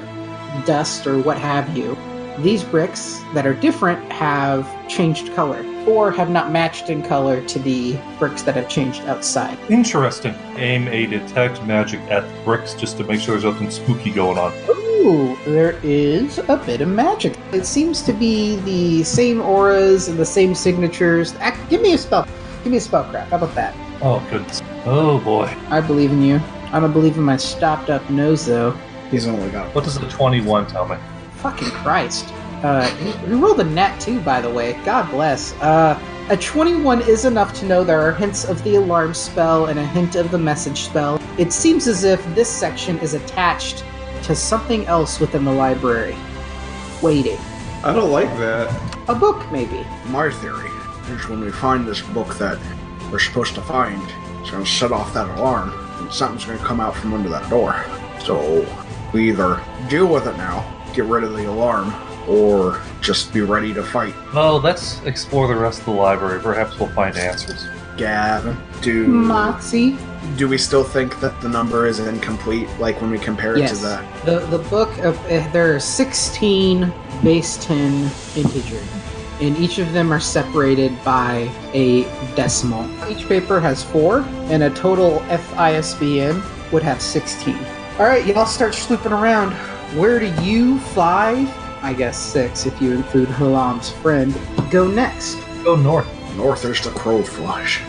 S7: dust or what have you, these bricks that are different have changed color or have not matched in color to the bricks that have changed outside.
S5: Interesting. Aim a detect magic at bricks just to make sure there's nothing spooky going on.
S7: Ooh, there is a bit of magic. It seems to be the same auras and the same signatures. Ac- give me a spell. Give me a spellcraft. How about that?
S5: Oh, goodness. Oh, boy.
S7: I believe in you. I don't believe in my stopped up nose though.
S3: He's only got
S5: What does the 21 tell me?
S7: Fucking Christ. Uh, you- you rolled a nat too, by the way. God bless. Uh, a 21 is enough to know there are hints of the alarm spell and a hint of the message spell. It seems as if this section is attached to something else within the library. Waiting.
S8: I don't like that.
S7: A book, maybe.
S3: my theory. Is when we find this book that we're supposed to find, it's going to set off that alarm, and something's going to come out from under that door. So we either deal with it now, get rid of the alarm, or just be ready to fight.
S5: Well, let's explore the rest of the library. Perhaps we'll find answers.
S3: Hmm. Gavin, dude,
S7: Moxie.
S3: do we still think that the number is incomplete? Like when we compare it
S7: yes.
S3: to the
S7: the the book of uh, there are 16 base 10 integer and each of them are separated by a decimal each paper has four and a total fisbn would have 16 all right y'all start slooping around where do you five i guess six if you include halam's friend go next
S5: Go north.
S3: north, there's the crow flush.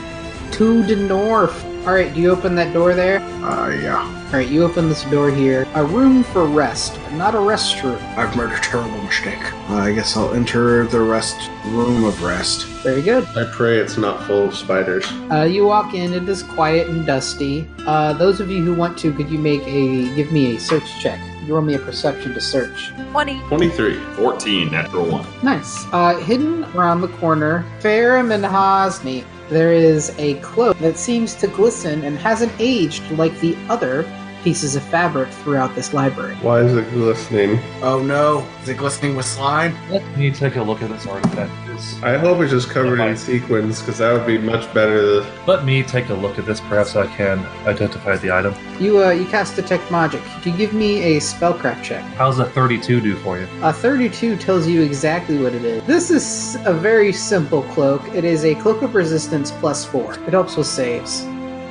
S7: to the north all right do you open that door there
S3: Uh, yeah.
S7: all right you open this door here a room for rest not a restroom
S3: I've made a terrible mistake. Uh, I guess I'll enter the rest room of rest.
S7: very good
S2: I pray it's not full of spiders.
S7: Uh, you walk in. It is quiet and dusty. Uh, those of you who want to, could you make a give me a search check? You roll me a perception to search.
S4: 20.
S2: 23.
S6: 14, natural one.
S7: Nice. Uh, hidden around the corner, Farum and Hosni, there is a cloak that seems to glisten and hasn't aged like the other pieces of fabric throughout this library.
S2: Why is it glistening?
S3: Oh no, is it glistening with slime?
S5: We need to take a look at this artifact. It's-
S2: I hope it's just covered
S5: Uh-huh.
S2: in sequins because that would be much better. than-
S5: Let me take a look at this. Perhaps I can identify the item.
S7: You uh, you cast detect magic. Do you give me a spellcraft check?
S5: How's a 32 do for you?
S7: A 32 tells you exactly what it is. This is a very simple cloak. It is a cloak of resistance plus four. It helps with saves.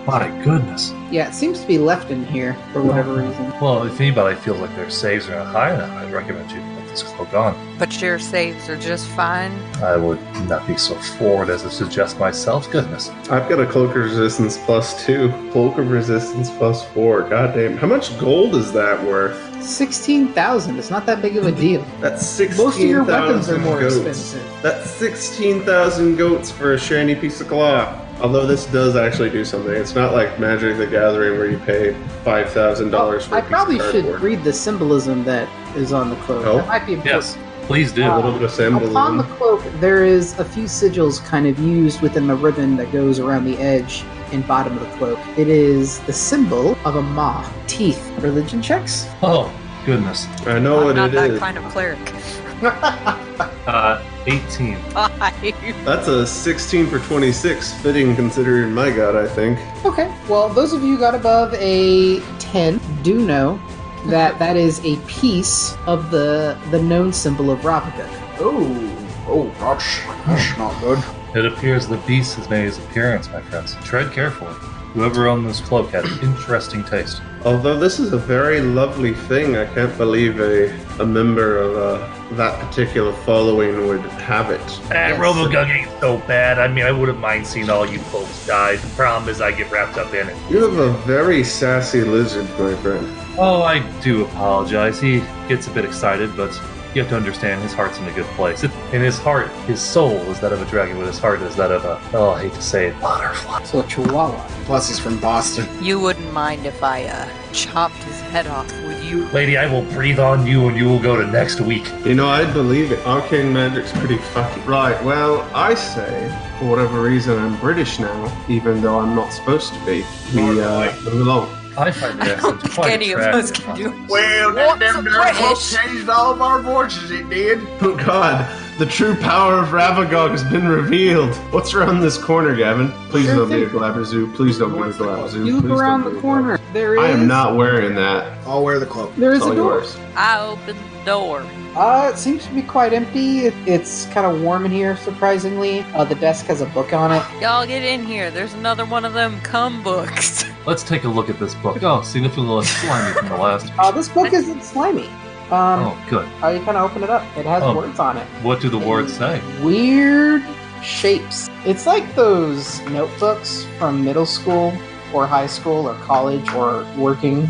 S5: My goodness.
S7: Yeah, it seems to be left in here for whatever reason.
S5: Well, if anybody feels like their saves are not high enough, I'd recommend you put this cloak on.
S4: But your saves are just fine.
S5: I would not be so forward as to suggest myself. Goodness.
S2: I've got a cloak of resistance plus two, cloak of resistance plus four. Goddamn, how much gold is that worth?
S7: 16,000. It's not that big of a deal.
S2: That's sixteen.
S7: Most of your weapons are more expensive.
S2: That's sixteen thousand goats for a shiny piece of cloth. Although this does actually do something. It's not like Magic the Gathering where you pay five thousand dollars for. a
S7: I
S2: piece
S7: probably
S2: of
S7: should
S2: cardboard.
S7: read the symbolism that is on the cloak.
S2: Oh.
S7: That might be important.
S5: Yes, please do.
S2: a little bit of symbolism.
S7: uh, Upon the cloak, there is a few sigils kind of used within the ribbon that goes around the edge and bottom of the cloak. It is the symbol of a maw. Teeth. Religion checks?
S5: oh, goodness.
S2: I
S8: Oh,
S2: know
S4: I'm
S2: what
S4: not
S2: it
S4: that
S2: is.
S4: kind of cleric.
S5: Uh, 18.
S4: Five.
S2: That's a sixteen for twenty-six, fitting considering my god. I think.
S7: Okay. Well, those of you who got above a 10 do know that that is a piece of the the known symbol of Ravaguk.
S3: Oh, oh, gosh, that's not good.
S5: It appears the beast has made his appearance, my friends. Tread carefully. Whoever owned this cloak had interesting taste.
S2: Although this is a very lovely thing, I can't believe a, a member of uh, that particular following would have it.
S5: Eh,
S7: Yes.
S5: Robogug ain't so bad. I mean, I wouldn't mind seeing all you folks die. The problem is I get wrapped up in it.
S2: You have a very sassy lizard, my friend.
S5: Oh, I do apologize. He gets a bit excited, but you have to understand his heart's in a good place. It, in his heart, his soul is that of a dragon, but his heart is that of a, oh, I hate to say it, butterfly.
S7: So a chihuahua.
S3: Plus, he's from Boston.
S4: You wouldn't mind if I uh, chopped his head off, would you?
S5: Lady, I will breathe on you and you will go to next week.
S2: You know, I believe it.
S8: Arcane magic's pretty fucking. Right, well, I say, for whatever reason, I'm British now, even though I'm not supposed to be. We, uh, move along.
S5: I find the
S4: I don't
S5: accent
S4: think
S5: quite
S4: any of us
S5: attractive.
S4: can do it.
S3: Well,
S4: that What's damn a darn well British?
S3: changed all of our voices, it did.
S8: Oh god, the true power of Ravagog has been revealed. What's around this corner, Gavin? Please
S7: Sure
S8: don't be a
S7: thing.
S8: Glabrazoo. Please don't be a Glabrazoo.
S7: You
S8: Please
S7: look
S8: don't
S7: around
S8: be
S7: the
S8: a
S7: corner. There
S8: Glabrazoo.
S7: is.
S8: I am not wearing that.
S3: I'll wear the cloak.
S7: There is
S8: It's
S7: a
S8: all
S7: door.
S8: yours.
S4: I opened the door.
S7: Uh, it seems to be quite empty. It, it's kind of warm in here, surprisingly. Uh, the desk has a book on it.
S4: Y'all get in here. There's another one of them cum books.
S5: Let's take a look at this book. Oh, significantly less slimy than the last.
S4: Um,
S7: Uh, this book isn't slimy. Um,
S5: Oh, good.
S7: uh, you kind of open it up. It has
S5: Oh.
S7: words on it.
S5: What do the words say?
S7: Weird shapes. It's like those notebooks from middle school or high school or college or working,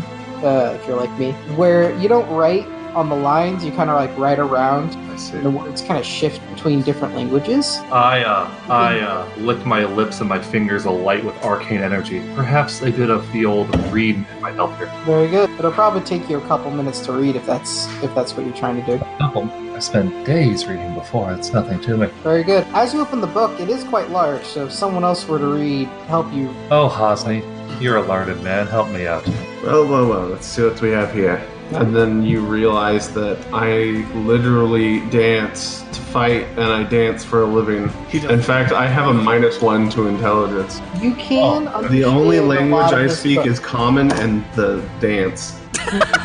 S7: uh, if you're like me, where you don't write on the lines. You kind of like write around.
S8: I see.
S7: And the words kind of shift between different languages.
S5: I uh, I uh, licked my lips and my fingers alight with arcane energy. Perhaps a bit of the old read might help here.
S7: Very good. It'll probably take you a couple minutes to read if that's if that's what you're trying to do.
S5: Couple. Oh, I spent days reading before. It's nothing to me.
S7: Very good. As you open the book, it is quite large, so if someone else were to read, help you.
S5: Oh, Hosni, you're a learned man. Help me out.
S8: Well, well, well, let's see what we have here. And then you realize that I literally dance to fight and I dance for a living. In fact, I have a minus one to intelligence.
S7: You can.
S8: Oh, The only
S7: understand a lot
S8: language
S7: of
S8: I
S7: this
S8: speak
S7: book.
S8: is common and the dance.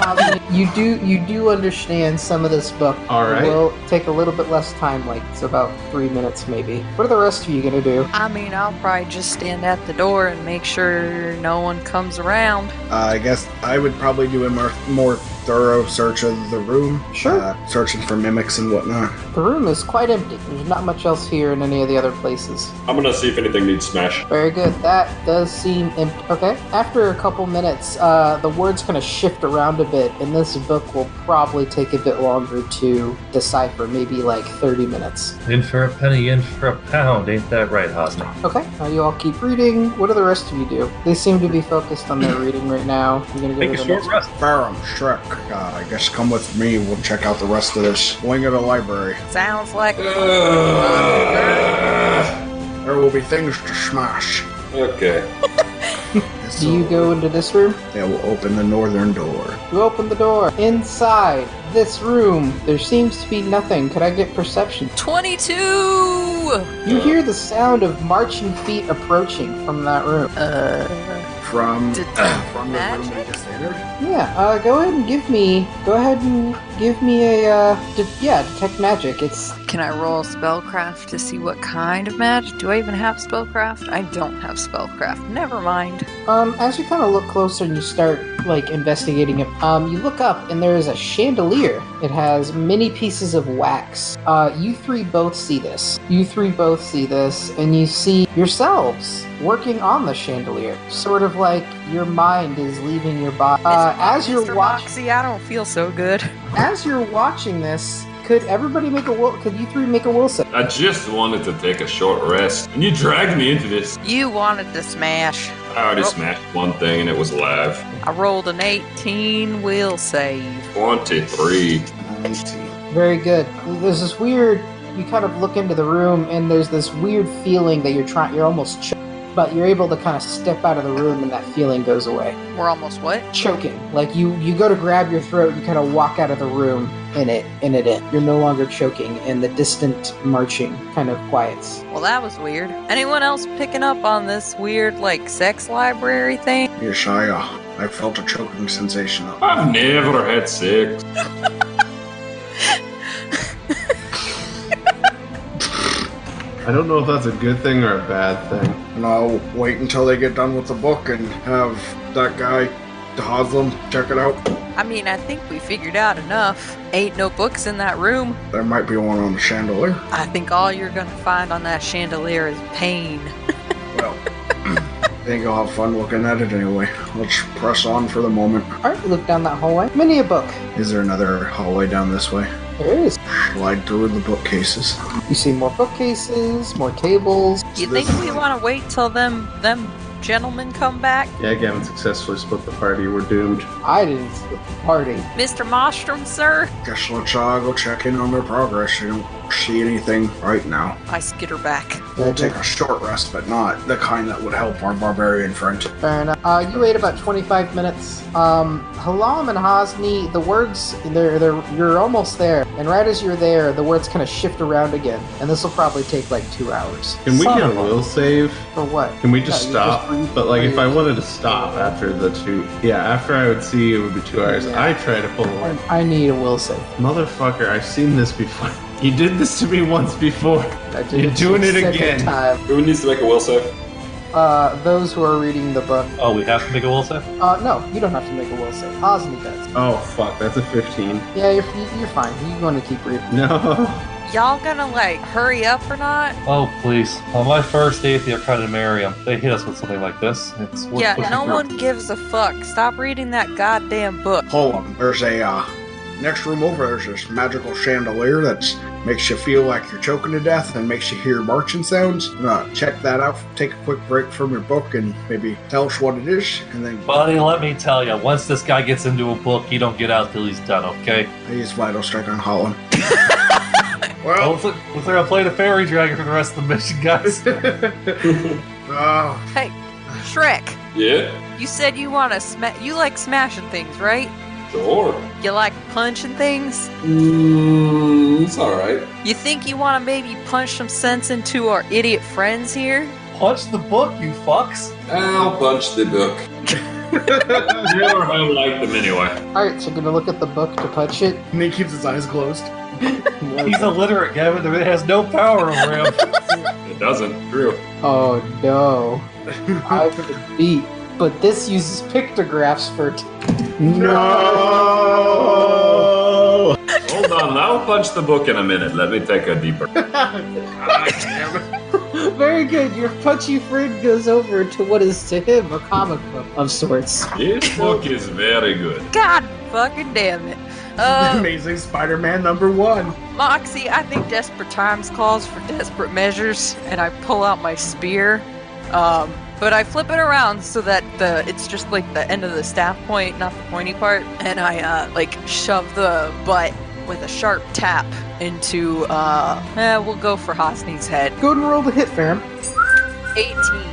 S7: Um, you do you do understand some of this book.
S8: All right.
S7: It will take a little bit less time, like it's about three minutes maybe. What are the rest of you gonna do?
S4: I mean, I'll probably just stand at the door and make sure no one comes around.
S3: uh, I guess I would probably do a more, more thorough search of the room.
S7: Sure.
S3: Uh, searching for mimics and whatnot.
S7: The room is quite empty. There's not much else here in any of the other places.
S6: I'm gonna see if anything needs smash.
S7: Very good. That does seem empty. Okay. After a couple minutes, uh, the words kind of shift around a bit, and this book will probably take a bit longer to decipher, maybe like 30 minutes.
S5: In for a penny, in for a pound. Ain't that right, Hosni?
S7: Okay. Now you all keep reading. What do the rest of you do? They seem to be focused on their reading right now. You're gonna go
S5: Take
S7: to
S5: a
S7: the
S5: short
S7: next-
S5: rest.
S3: Barum, Shrek, uh, I guess come with me. We'll check out the rest of this wing of the library.
S4: Sounds like
S3: There will be things to smash.
S6: Okay.
S7: Do you go into this room?
S3: It will open the northern door.
S7: You open the door. Inside this room, there seems to be nothing. Could I get perception?
S4: 22.
S7: You hear the sound of marching feet approaching from that room.
S4: Uh,
S3: From
S4: Did-
S3: from the room we
S4: magic?
S3: just entered.
S7: Yeah, uh, go ahead and give me. Go ahead and give me a. Uh, de- yeah, detect magic. It's.
S4: Can I roll spellcraft to see what kind of magic? Do I even have spellcraft? I don't have spellcraft. Never mind.
S7: Um, as you kind of look closer and you start, like, investigating it, um, you look up and there is a chandelier. It has many pieces of wax. Uh, you three both see this. You three both see this, and you see yourselves working on the chandelier. Sort of like your mind is leaving your body. Uh, as you're
S4: Mr.
S7: watching.
S4: Moxie, I don't feel so good.
S7: As you're watching this, could everybody make a will? Could you three make a will save?
S6: I just wanted to take a short rest, and you dragged me into this.
S4: You wanted to smash.
S6: I already
S4: Nope.
S6: smashed one thing, and it was alive.
S4: I rolled an 18 will save.
S6: 23.
S7: Very good. There's this weird. You kind of look into the room, and there's this weird feeling that you're trying. You're almost choking, but you're able to kind of step out of the room, and that feeling goes away.
S4: We're almost what?
S7: Choking, like you you go to grab your throat, you kind of walk out of the room, and it and it in. You're no longer choking, and the distant marching kind of quiets.
S4: Well, that was weird. Anyone else picking up on this weird, like, sex library thing?
S3: Yeshaya, I felt a choking sensation.
S6: I've never had sex.
S8: I don't know if that's a good thing or a bad thing.
S3: And I'll wait until they get done with the book and have that guy, Haslam, check it out.
S4: I mean, I think we figured out enough. Ain't no books in that room.
S3: There might be one on the chandelier.
S4: I think all you're gonna find on that chandelier is pain.
S3: Well, I think I'll have fun looking at it anyway. Let's press on for the moment.
S7: All right, you look down that hallway. Mini a book.
S3: Is there another hallway down this way?
S7: There is.
S3: Slide through the bookcases.
S7: You see more bookcases, more tables.
S4: You think we want to wait till them them gentlemen come back?
S8: Yeah, again, successfully split the party. We're doomed.
S7: I didn't split the party.
S4: Mr. Mostrom, sir?
S3: Guess let's uh, go check in on their progress. I don't see anything right now.
S4: I skitter back.
S3: We'll take a short rest, but not the kind that would help our barbarian friend.
S7: Fair enough. Uh, you wait about 25 minutes. Um, Halam and Hosni, the words, they're, they're, you're almost there. And right as you're there, the words kind of shift around again. And this will probably take like two hours.
S8: Can we
S7: Son
S8: get a
S7: of
S8: will save?
S7: For what?
S8: Can we just
S7: Yeah, you
S8: stop?
S7: breathe-
S8: but like, if I
S7: breathe.
S8: wanted to stop after the two, yeah, after I would see, it would be two hours.
S7: Yeah.
S8: I try to pull away.
S7: I I need a will save.
S8: Motherfucker, I've seen this before. You did this to me once before.
S7: I did
S8: You're
S7: for
S8: doing
S7: the
S8: it
S7: second
S8: again.
S7: Time.
S6: Who needs to make a will save?
S7: Uh, those who are reading the book.
S5: Oh, we have to make a will save?
S7: Uh, no, you don't have to make a will save. Hosni does.
S8: Oh fuck, that's a fifteen.
S7: Yeah, you're, you're fine. You're going to keep reading.
S8: No.
S4: Y'all gonna like hurry up or not?
S5: Oh, please. On my first date, they tried to marry him. They hit us with something like this. It's worth
S4: yeah,
S5: pushing
S4: no
S5: through.
S4: one gives a fuck. Stop reading that goddamn book.
S3: Hold on, there's a, uh, next room over, there's this magical chandelier that makes you feel like you're choking to death and makes you hear marching sounds. Uh, check that out, take a quick break from your book and maybe tell us what it is, and then
S5: Buddy, let me tell you, once this guy gets into a book, he don't get out till he's done, okay?
S3: I use Vital Strike on Holland.
S6: Oh.
S3: well,
S5: Hopefully, we're gonna play the fairy dragon for the rest of the mission, guys.
S3: uh,
S4: Shrek,
S6: Yeah?
S4: you said you wanna sma- you like smashing things, right?
S6: Sure.
S4: You like punching things?
S6: Mm, it's all right.
S4: You think you want to maybe punch some sense into our idiot friends here?
S5: Punch the book, you fucks.
S6: I'll punch the book. Never I like them anyway.
S7: All right, so gonna look at the book to punch it.
S3: And he keeps his eyes closed.
S5: He's illiterate, Gavin. It has no power over him.
S6: It doesn't. True.
S7: Oh no, I would have beat. But this uses pictographs for. T-
S8: No.
S6: Hold on. I'll punch the book in a minute. Let me take a deeper. Ah, damn it.
S7: Very good. Your punchy friend goes over to what is to him a comic book of sorts.
S6: this book is very good.
S4: God fucking damn it. Uh,
S3: Amazing Spider Man number one.
S4: Moxie, I think desperate times calls for desperate measures, and I pull out my spear. Um, but I flip it around so that the it's just like the end of the staff point, not the pointy part, and I uh, like shove the butt with a sharp tap into. Uh, eh, we'll go for Hosni's head.
S7: Go ahead and roll the hit, Farum.
S4: 18.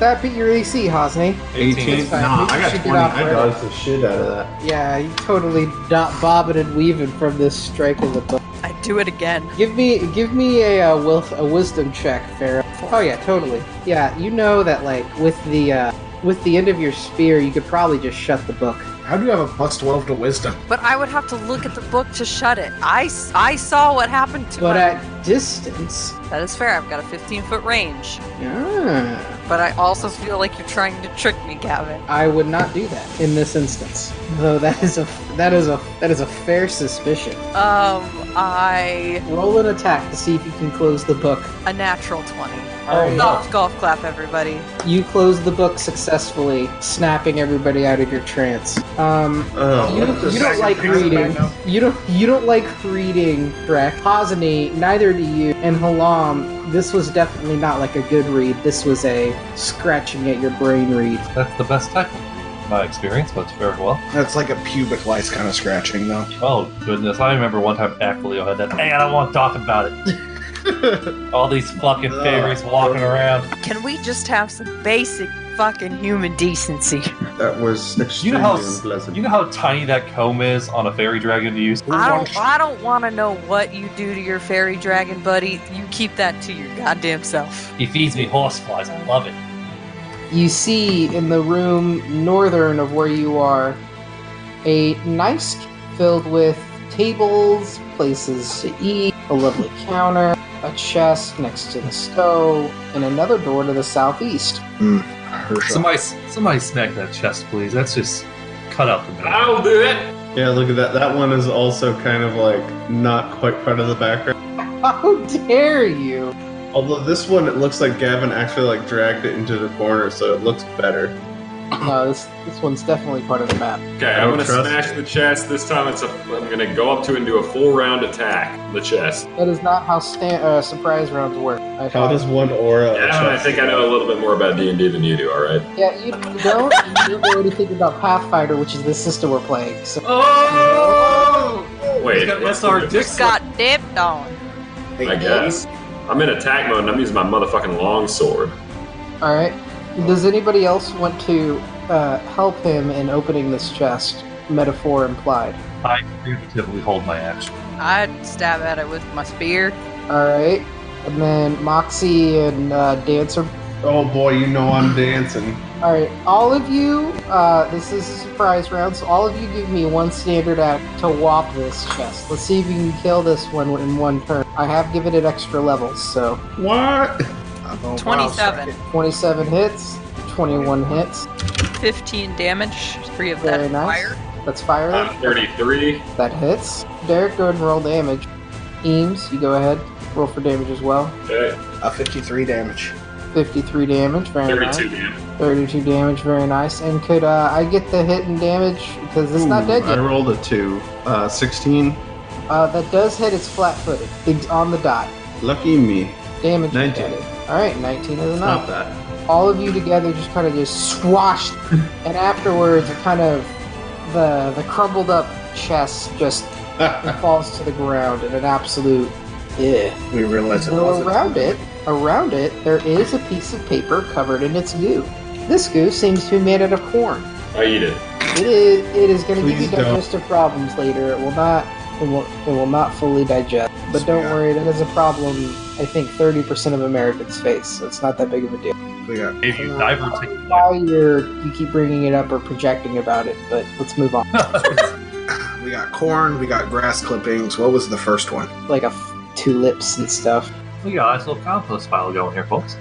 S7: That beat your AC, Hosni.
S8: 18.
S7: That's fine.
S8: Nah,
S7: You
S8: I got
S7: should get
S8: 20.
S7: off
S8: I
S7: right
S8: dodged the shit out of that.
S7: Yeah, you totally not bobbing and weaving from this strike of the book.
S4: I do it again.
S7: Give me, give me a uh, will, a wisdom check, Pharaoh. Oh yeah, totally. Yeah, you know that like with the uh, with the end of your spear, you could probably just shut the book.
S3: How do you have a plus 12 to wisdom?
S4: But I would have to look at the book to shut it. I, s- I saw what happened to
S7: But
S4: my-
S7: at distance,
S4: That is fair. I've got a 15 foot range.
S7: ah,
S4: But I also feel like you're trying to trick me, Gavin.
S7: I would not do that in this instance. Though that is a that is a that is a fair suspicion.
S4: Um, I.
S7: Roll an attack to see if you can close the book.
S4: A natural 20.
S5: Oh, no.
S4: Golf, golf clap, everybody.
S7: You close the book successfully, snapping everybody out of your trance. Um,
S2: Oh,
S7: You,
S2: what the
S7: you don't
S2: s-
S7: like reading. You don't. You don't like reading, Breck. Posny, neither do you. And Halam, this was definitely not like a good read. This was a scratching at your brain read.
S5: That's the best technique, in my experience, but very well.
S3: That's like a pubic lice kind of scratching, though.
S5: Oh goodness! I remember one time Aquilio had that. Hey, I don't want to talk about it. All these fucking fairies
S6: Ah.
S5: walking around.
S4: Can we just have some basic fucking human decency?
S2: that was
S5: You
S2: extremely
S5: know how
S2: unpleasant.
S5: you know how tiny that comb is on a fairy dragon to use.
S4: I don't, I don't want to know what you do to your fairy dragon buddy. You keep that to your goddamn self.
S5: He feeds me horseflies. I love it.
S7: You see in the room northern of where you are, a nice filled with tables, places to eat, a lovely counter, a chest next to the stove, and another door to the southeast.
S5: Somebody, somebody smack that chest, please. That's just cut out the middle.
S6: I'll do it.
S2: yeah, look at that. That one is also kind of like not quite part of the background.
S7: How dare you!
S2: Although this one, it looks like Gavin actually like dragged it into the corner, so it looks better.
S7: No, this this one's definitely part of the map.
S6: Okay, I'm
S2: don't
S6: gonna
S2: trust
S6: smash the chest. This time it's a. I'm gonna go up to it and do a full round attack. The chest.
S7: That is not how sta- uh, surprise rounds work. I
S2: How
S7: thought-
S2: does one aura?
S6: Yeah, I think I know a little bit more about D and D than you do. All right.
S7: Yeah, you, you don't. You don't know anything about Pathfinder, which is the system we're playing. So
S5: Oh!
S6: Wait,
S5: He's got
S6: what's
S5: SR
S6: the-
S5: Dix.
S4: God damn on.
S6: I guess. I'm in attack mode and I'm using my motherfucking longsword.
S7: all right. Does anybody else want to uh, help him in opening this chest? Metaphor implied.
S5: I figuratively hold my action.
S4: I'd stab at it with my spear.
S7: All right, and then Moxie and uh, Dancer.
S2: Oh boy, you know I'm dancing.
S7: All right, all of you. Uh, this is a surprise round, so all of you give me one standard act to whop this chest. Let's see if you can kill this one in one turn. I have given it extra levels, so
S2: What?
S3: Oh,
S4: 27.
S3: wow,
S7: 27 hits, 21 hits.
S4: 15 damage. Three of that
S7: Very
S4: is
S7: nice.
S4: fire.
S7: That's fire.
S6: I'm 33.
S7: That hits. Derek, go ahead and roll damage. Eames, you go ahead. Roll for damage as well.
S6: Okay,
S2: Uh-huh.
S3: a 53 damage.
S7: 53 damage. Very nice.
S6: 32 damage.
S7: 32 damage. Very nice. And could uh, I get the hit and damage? Because it's not
S8: Ooh,
S7: dead
S8: I
S7: yet.
S8: rolled a 2. Uh, 16.
S7: Uh, that does hit. It's flat footed. It's on the dot.
S8: Lucky me.
S7: Damage. is
S8: 19.
S7: added. All right, 19 is
S8: Not
S7: enough.
S8: that.
S7: all of you together just kind of just swashed and afterwards it kind of the the crumbled up chest just falls to the ground in an absolute eh. yeah
S3: We realize it
S7: so
S3: wasn't.
S7: around it around it there is a piece of paper covered in its goo this goo seems to be made out of corn
S6: I eat it.
S7: It is. It is going to give you
S2: Please don't.
S7: digestive problems later. It will not. It will. It will not fully digest. But don't
S2: Yeah.
S7: worry, that is a problem. I think 30% of Americans face. So it's not that big of a deal.
S2: We got
S5: If you diverticulate.
S7: Why you're you keep bringing it up or projecting about it? But let's move on.
S3: We got corn, we got grass clippings. What was the first one?
S7: Like a f- tulips and stuff.
S5: We got a nice little uh, compost pile going here, folks.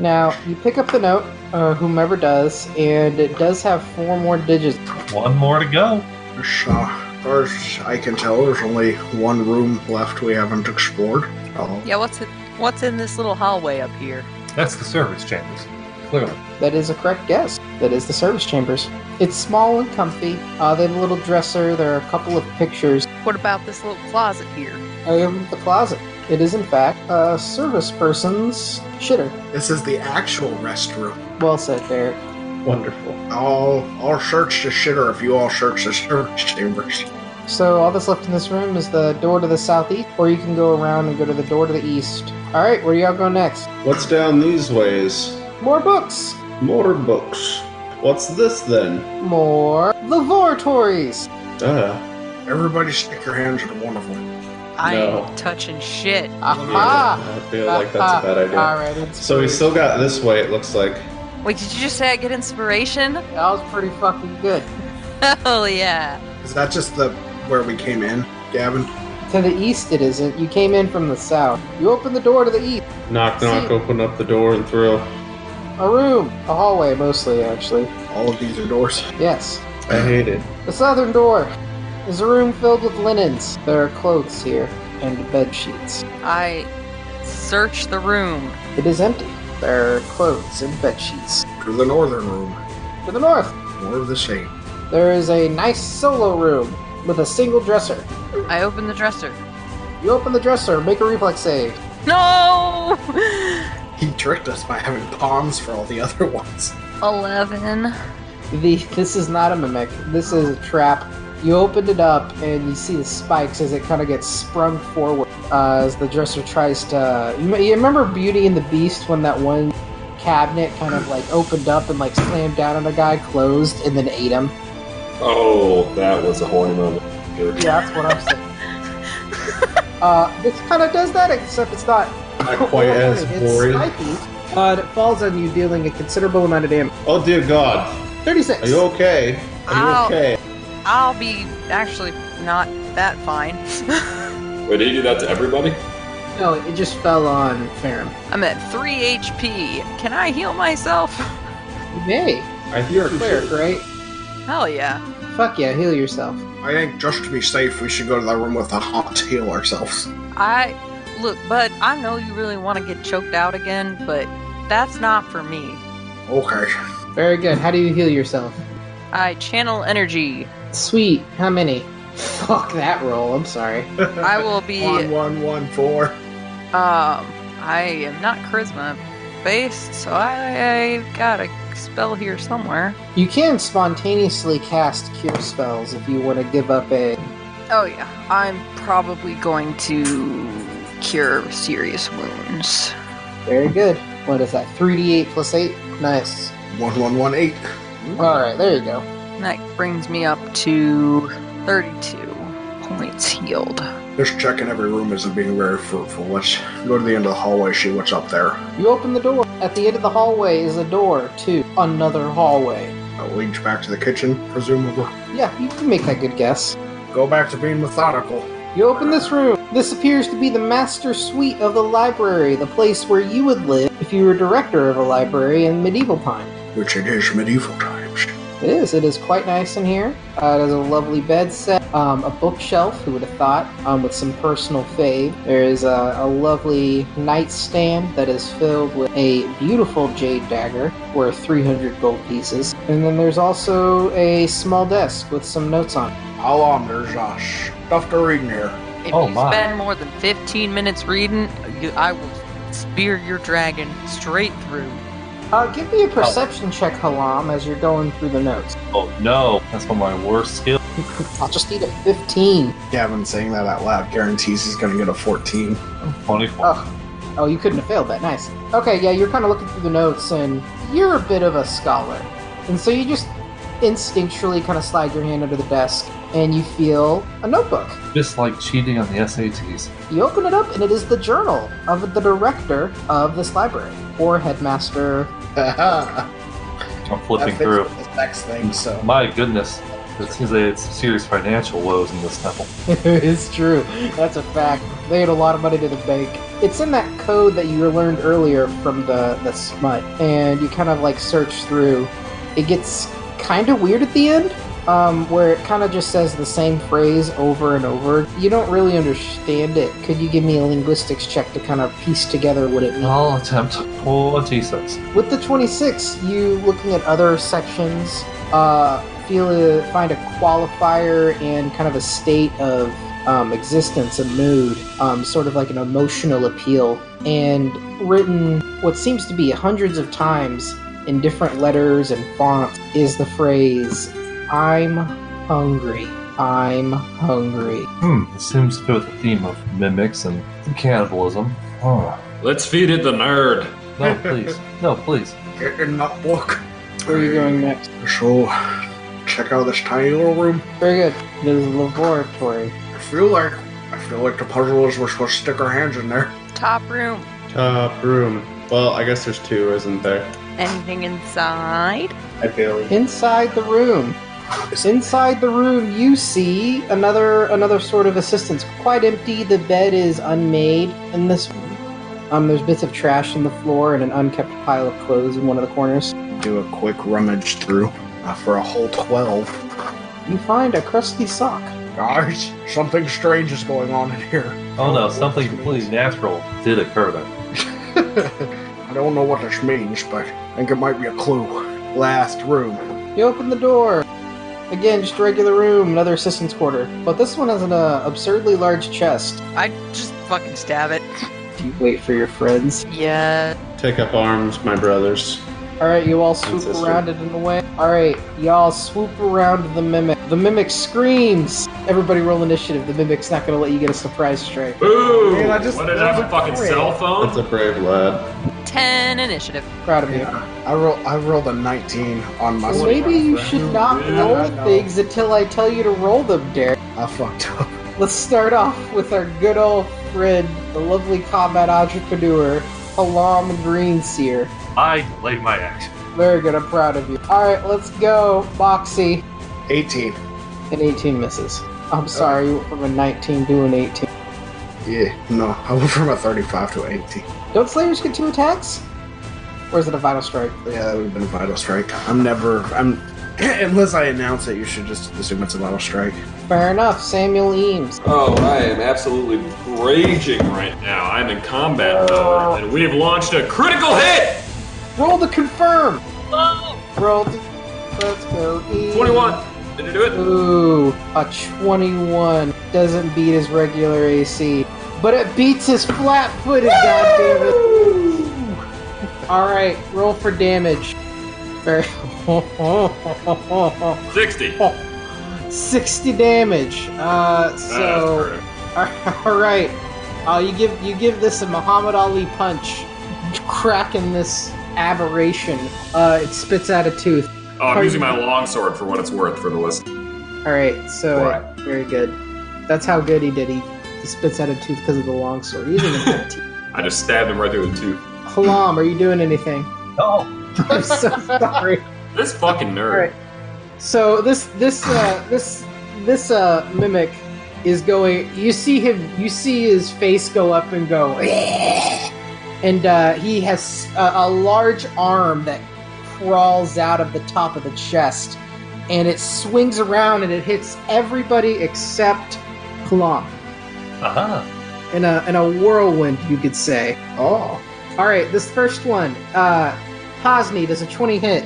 S7: Now you pick up the note, uh, whomever does, and it does have four more digits.
S5: One more to go.
S3: Uh, first, I can tell there's only one room left we haven't explored. Oh,
S4: Yeah, what's it? What's in this little hallway up here?
S5: That's the service chambers. Clearly.
S7: That is a correct guess. That is the service chambers. It's small and comfy. Uh, they have a little dresser. There are a couple of pictures.
S4: What about this little closet here?
S7: I opened the closet. It is, in fact, a service person's shitter.
S3: this is the actual restroom.
S7: Well said, Derek.
S2: wonderful.
S3: I'll, I'll search the shitter if you all search the service chambers.
S7: So all that's left in this room is the door to the southeast, or you can go around and go to the door to the east. All right, where do y'all go next?
S2: What's down these ways?
S7: More books.
S2: More books. What's this then?
S7: More laboratories.
S2: Uh,
S3: Everybody stick your hands in one of them.
S4: I
S2: No.
S4: ain't touching shit.
S7: Aha!
S2: I feel like that's a bad idea.
S7: All right, it's
S2: So we still got this way, it looks like.
S4: Wait, did you just say I get inspiration?
S7: that was pretty fucking good.
S4: Hell yeah!
S3: Is that just the where we came in, Gavin?
S7: To the east, it isn't. You came in from the south. You open the door to the east.
S2: Knock, knock,
S7: See-
S2: open up the door and throw.
S7: A room, a hallway, mostly actually.
S3: All of these are doors.
S7: Yes.
S2: I hate it.
S7: The southern door is a room filled with linens. There are clothes here and bed sheets.
S4: I search the room.
S7: It is empty. There are clothes and bed sheets.
S3: To the northern room.
S7: To the north,
S3: More of the same.
S7: there is a nice solo room with a single dresser.
S4: I open the dresser.
S7: You open the dresser, make a reflex save.
S4: No.
S3: He tricked us by having palms for all the other ones.
S4: Eleven.
S7: The this is not a mimic. This is a trap. You opened it up and you see the spikes as it kind of gets sprung forward uh, as the dresser tries to. You, m- you remember Beauty and the Beast when that one cabinet kind of like opened up and like slammed down on a guy, closed, and then ate him.
S6: Oh, that was a horny moment. Good.
S7: Yeah, that's what I'm saying. uh, this kind of does that, except it's not
S2: Not quite as
S7: it's
S2: gory.
S7: spiky, but it falls on you, dealing a considerable amount of damage.
S2: Oh dear God! Are
S7: 36.
S2: you okay? Are you
S4: Ow.
S2: okay?
S4: I'll be actually not that fine.
S6: Wait, did he do that to everybody?
S7: No, it just fell on Farum.
S4: I'm at three HP. Can I heal myself?
S7: You may.
S2: I think
S7: You're a
S2: you
S7: cleric,
S2: should-
S7: right?
S4: Hell yeah!
S7: Fuck yeah, heal yourself.
S3: I think just to be safe, we should go to that room with a hot to heal ourselves.
S4: I look, bud. I know you really want to get choked out again, but that's not for me.
S3: Okay.
S7: Very good. How do you heal yourself?
S4: I channel energy.
S7: Sweet. How many? Fuck that roll. I'm sorry.
S4: I will be.
S3: One, one, one, four.
S4: Um, I am not charisma based, so I, I got a spell here somewhere.
S7: You can spontaneously cast cure spells if you want to give up a.
S4: Oh yeah, I'm probably going to cure serious wounds.
S7: Very good. What is that? 3d8 plus 8? Nice.
S3: One, one, one, eight.
S7: Alright, there you go.
S4: And that brings me up to 32 points healed.
S3: Just checking every room isn't being very fruitful. Let's go to the end of the hallway, see what's up there.
S7: You open the door. At the end of the hallway is a door to another hallway.
S3: That leads back to the kitchen, presumably.
S7: Yeah, you can make that good guess.
S3: Go back to being methodical.
S7: You open this room. This appears to be the master suite of the library, the place where you would live if you were director of a library in medieval time.
S3: Which it is medieval times.
S7: It is. It is quite nice in here. Uh, it has a lovely bed set, um, a bookshelf. Who would have thought? Um, with some personal fave. There is a, a lovely nightstand that is filled with a beautiful jade dagger worth 300 gold pieces, and then there's also a small desk with some notes on. it.
S3: How long there's uh, stuff to read in here?
S4: If
S5: Oh,
S4: you
S5: my.
S4: spend more than 15 minutes reading, you, I will spear your dragon straight through.
S7: Uh, give me a perception check, Halam, as you're going through the notes.
S5: Oh no, that's one of my worst skills.
S7: I'll just need a 15.
S3: Gavin saying that out loud guarantees he's gonna get a 14.
S5: Twenty-four.
S7: Oh, oh, you couldn't have failed that. Nice. Okay, yeah, you're kind of looking through the notes, and you're a bit of a scholar, and so you just instinctually kind of slide your hand under the desk, and you feel a notebook.
S5: Just like cheating on the SATs.
S7: You open it up, and it is the journal of the director of this library, or headmaster.
S3: I'm
S5: I'm flipping through.
S3: This next thing, so
S5: My goodness, it seems like it's serious financial woes in this temple.
S7: it's true. That's a fact. They had a lot of money to the bank. It's in that code that you learned earlier from the, the smut, and you kind of like search through. It gets kind of weird at the end, um, where it kind of just says the same phrase over and over. You don't really understand it. Could you give me a linguistics check to kind of piece together what it means?
S5: I'll attempt 26.
S7: With the 26, you looking at other sections, uh, feel a, find a qualifier and kind of a state of um, existence and mood, um, sort of like an emotional appeal, and written what seems to be hundreds of times in different letters and fonts is the phrase, I'm hungry. I'm hungry.
S5: Hmm, it seems to fit with the theme of mimics and cannibalism. Oh,
S6: Let's feed it the nerd.
S5: no, please. No, please.
S3: get in that book.
S7: Where are you going next?
S3: So check out this tiny little room.
S7: Very good. There's a laboratory.
S3: I feel like I feel like the puzzle is we're supposed to stick our hands in there.
S4: Top room.
S2: Top room. Well, I guess there's two, isn't there?
S4: Anything inside?
S2: I barely.
S7: Inside the room. Inside the room, you see another another sort of assistance. Quite empty. The bed is unmade in this one. Um, there's bits of trash on the floor and an unkept pile of clothes in one of the corners.
S3: Do a quick rummage through uh, for a whole twelve.
S7: You find a crusty sock.
S3: Guys, something strange is going on in here.
S5: Oh no, something completely natural did occur then.
S3: I don't know what this means, but I think it might be a clue. Last room.
S7: You open the door. Again, just a regular room, another assistant's quarter. But this one has an uh, absurdly large chest.
S4: I just fucking stab it.
S7: Do you wait for your friends?
S4: Yeah.
S2: Take up arms, my brothers.
S7: All right, you all swoop
S2: Consistent.
S7: around it in a way. All right, y'all swoop around the mimic. The mimic screams. Everybody roll initiative. The mimic's not gonna let you get a surprise strike.
S6: Boo!
S2: Man, I just-
S6: what did I have a fucking
S7: Great.
S6: cell phone?
S2: That's a brave lad.
S4: Ten initiative.
S7: Proud of you.
S3: I roll. I rolled a nineteen on my.
S7: Well, maybe you should not
S6: Yeah,
S7: roll
S3: I know.
S7: things until I tell you to roll them, Derek.
S3: I fucked up.
S7: Let's start off with our good old friend, the lovely combat entrepreneur, Halam Greenseer.
S5: I delayed my action.
S7: Very good. I'm proud of you. All right, let's go, Boxy.
S3: Eighteen.
S7: An 18 misses.
S3: Oh.
S7: I'm sorry, you went from a 19 to an 18.
S3: Yeah. No, I went from a thirty-five to an eighteen.
S7: Don't slayers get two attacks? Or is it a vital strike?
S3: Yeah, that would have been a vital strike. I'm never. I'm unless I announce it. You should just assume it's a vital strike.
S7: Fair enough, Samuel Eames.
S6: Oh, I am absolutely raging right now. I'm in combat mode, and we have launched a critical hit.
S7: Roll to confirm! Roll to. Let's go, Eames.
S6: Twenty-one. Did you do it?
S7: Ooh, a 21. Doesn't beat his regular AC, but it beats his flat footed, goddammit. Alright, roll for damage. Very-
S6: 60.
S7: 60 damage. Uh, so.
S6: That's perfect.
S7: All right. Uh, you give you give this a Muhammad Ali punch, cracking this aberration. Uh, it spits out a tooth.
S6: oh, I'm using my longsword for what it's worth for the list.
S7: All right, so
S6: Right.
S7: very good. That's how good he did. He, he spits out a tooth because of the long sword. He didn't even have a teeth.
S6: I just stabbed him right through the tooth.
S7: Halam, are you doing anything?
S5: No!
S7: I'm so sorry.
S6: This fucking nerd.
S7: All right. So this this uh, this this uh, mimic is going. You see him. You see his face go up and go. "Eh." And uh, he has a, a large arm that crawls out of the top of the chest, and it swings around and it hits everybody except Klomp
S5: Aha!
S7: in a in a whirlwind, you could say.
S3: Oh,
S7: All right, this first one, uh, Posny does a twenty hit.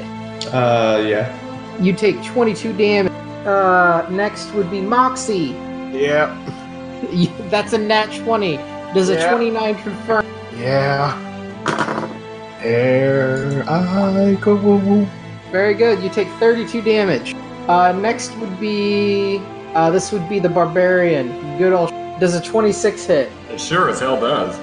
S2: Uh, yeah.
S7: You take 22 damage. Uh, next would be Moxie.
S3: yeah,
S7: That's a nat 20. Does a
S3: Yeah.
S7: 29 confirm?
S3: yeah. There I go.
S7: Very good. You take 32 damage. Uh, next would be. Uh, this would be the Barbarian. Good old. Does a 26 hit?
S6: It sure as hell does.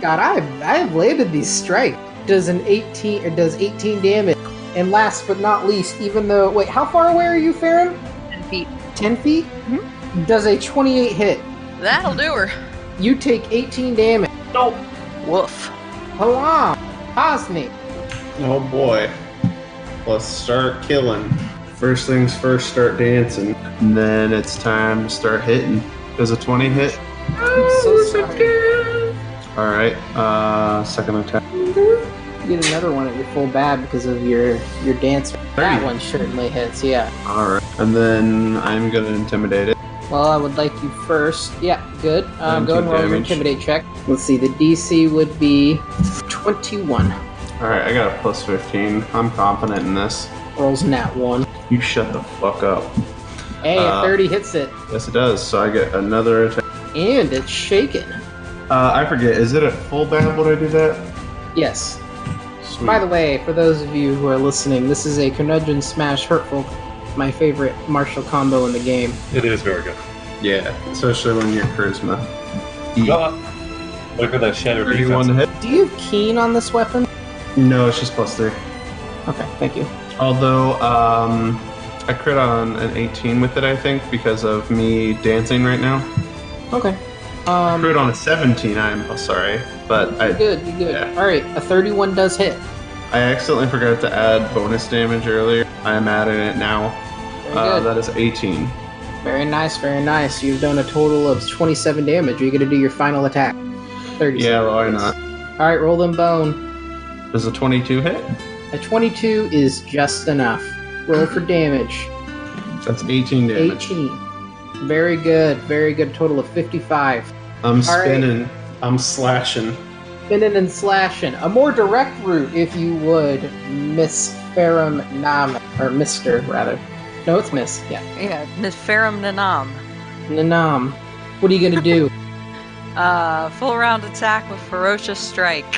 S7: God, I have, I have landed these strike. Does an 18 or does 18 damage? And last but not least, even though wait, how far away are you, Farron?
S4: Ten feet.
S7: Ten feet. Does a twenty-eight hit?
S4: That'll do her.
S7: You take eighteen damage.
S4: Woof.
S7: Halam, Osni.
S2: Oh boy. Let's start killing. First things first, start dancing.
S8: And then it's time to start hitting. Does a 20 hit?
S7: So sorry.
S8: Alright, uh, second attack.
S7: You get another one at your full bad because of your your dance. That
S8: Thirty.
S7: one certainly hits. Yeah.
S8: Alright. And then I'm gonna intimidate it.
S7: Well, I would like you first. Yeah, good. Um, go
S8: Nineteen
S7: and roll your
S8: damage.
S7: intimidate check. Let's see. The DC would be twenty-one.
S8: Alright, I got a plus 15. I'm confident in this.
S7: Rolls nat one.
S8: You shut the fuck up.
S7: Hey, a
S8: Uh,
S7: thirty hits it,
S8: Yes, it does. So I get another attack.
S7: and it's shaken.
S8: Uh, I forget. Is it at full band when I do that?
S7: Yes.
S8: Sweet.
S7: By the way, for those of you who are listening, this is a Curmudgeon Smash Hurtful, my favorite martial combo in the game.
S5: It is very good.
S8: yeah, especially when you're charisma.
S5: Uh, look at that shatter defense.
S8: 31 hit?
S7: Do you have Keen on this weapon?
S8: No, it's just plus 3.
S7: Okay, thank you.
S8: Although um, I crit on an 18 with it, I think, because of me dancing right now.
S7: Okay. Um,
S8: Crit on a 17. I'm oh, sorry, but
S7: you're
S8: I
S7: good, you're good.
S8: yeah.
S7: All right, a 31 does hit.
S8: I accidentally forgot to add bonus damage earlier. I am adding it now.
S7: Very
S8: Uh,
S7: good.
S8: that is 18.
S7: Very nice, very nice. You've done a total of 27 damage. You're going to do your final attack. 30.
S8: Yeah, why not?
S7: All right, roll them bone.
S8: Does a 22 hit?
S7: A 22 is just enough. Roll for damage.
S8: That's 18 damage.
S7: 18. Very good, very good. Total of 55.
S8: I'm
S7: All right.
S8: spinning.
S2: I'm slashing.
S7: Spinning and slashing. A more direct route, if you would, Miss Ferrum Nam. Or Mister, rather. No, it's Miss. Yeah.
S4: Yeah, Neferum Nanam.
S7: Nam. What are you going to do?
S4: Uh, full round attack with ferocious strike.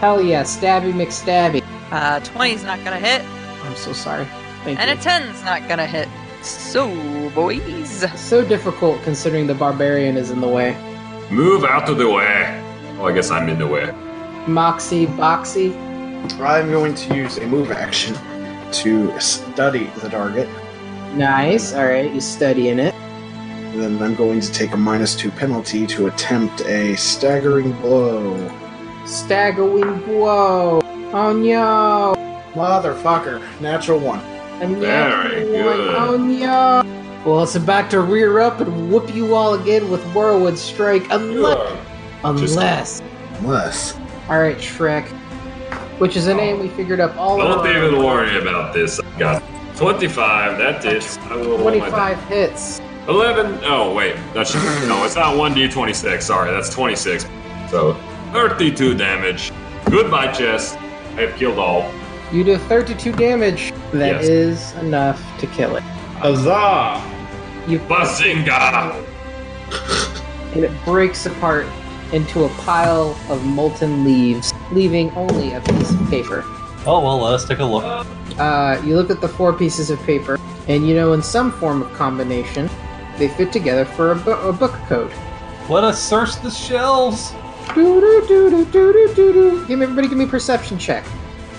S7: Hell yeah, Stabby McStabby.
S4: Uh, 20's not gonna hit,
S7: I'm so sorry. Thank
S4: and
S7: you.
S4: a 10's not gonna hit. So, boys.
S7: so difficult considering the barbarian is in the way.
S6: Move out of the way. Oh, I guess I'm in the way.
S7: Moxie, Boxy.
S3: I'm going to use a move action to study the target,
S7: Nice. All right, you studying it.
S3: and then I'm going to take a minus two penalty to attempt a staggering blow.
S7: Staggering blow. Oh no.
S3: Motherfucker, natural one.
S7: A natural
S6: Very
S7: one.
S6: good.
S7: Oh no. Well, it's about to rear up and whoop you all again with Whirlwind Strike. Unless. Unless.
S3: Unless
S7: All right, Shrek. Which is a name we figured up all
S6: Oh. Don't
S7: along.
S6: even worry about this. I got 25. That did. I will roll my die.
S7: 25 hits.
S6: 11. Oh, wait. That's no, it's not 1d26. Sorry, that's 26. So, 32 damage. Goodbye, chest. I have killed all.
S7: You do 32 damage. That
S6: Yes.
S7: is enough to kill it.
S8: Huzzah!
S7: You
S6: Bazinga!
S7: and it breaks apart into a pile of molten leaves, leaving only a piece of paper.
S5: Oh well, let us take a look.
S7: Uh, you look at the four pieces of paper, and you know in some form of combination, they fit together for a, bu- a book code.
S5: Let us search the shelves.
S7: Doo-doo-doo-doo-doo-doo-doo. Give me everybody, give me a perception check.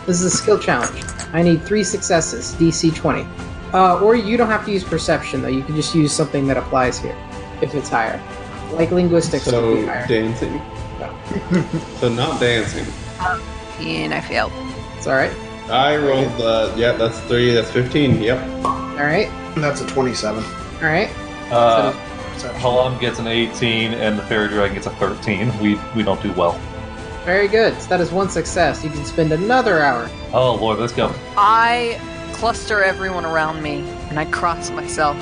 S7: This is a skill challenge. I need three successes, DC 20. Uh, or you don't have to use perception though. You can just use something that applies here, if it's higher. Like linguistics would
S2: So
S7: be higher.
S2: dancing. so not dancing.
S4: And I failed.
S7: It's all right.
S2: I rolled the. yeah, that's three. That's fifteen. Yep.
S7: All right.
S3: that's a twenty-seven.
S7: All right.
S5: Uh,
S3: Perception.
S5: Halam gets an 18, and the fairy dragon gets a 13. We we don't do well.
S7: Very good. So that is one success. You can spend another hour.
S5: Oh lord, let's go.
S4: I cluster everyone around me and I cross myself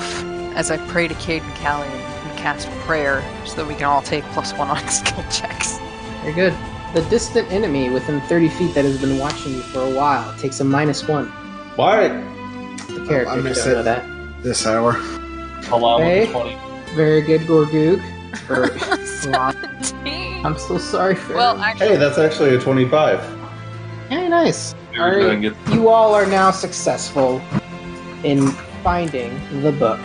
S4: as I pray to Cade and Callie and cast prayer so that we can all take plus one on skill checks.
S7: Very good. The distant enemy within 30 feet that has been watching you for a while takes a minus one.
S2: Why?
S7: The character
S3: Oh, I missed
S7: don't know
S3: it.
S7: that.
S3: This hour.
S5: Halam with
S7: Hey.
S5: a 20.
S7: Very good, Gorgoog. Or- Wow.
S4: Seventeen.
S7: I'm so sorry for
S4: well, actually,
S2: Hey, that's actually a twenty-five.
S7: Very nice. All
S5: Fairy dragon
S7: right.
S5: gets
S7: You all are now successful in finding the book.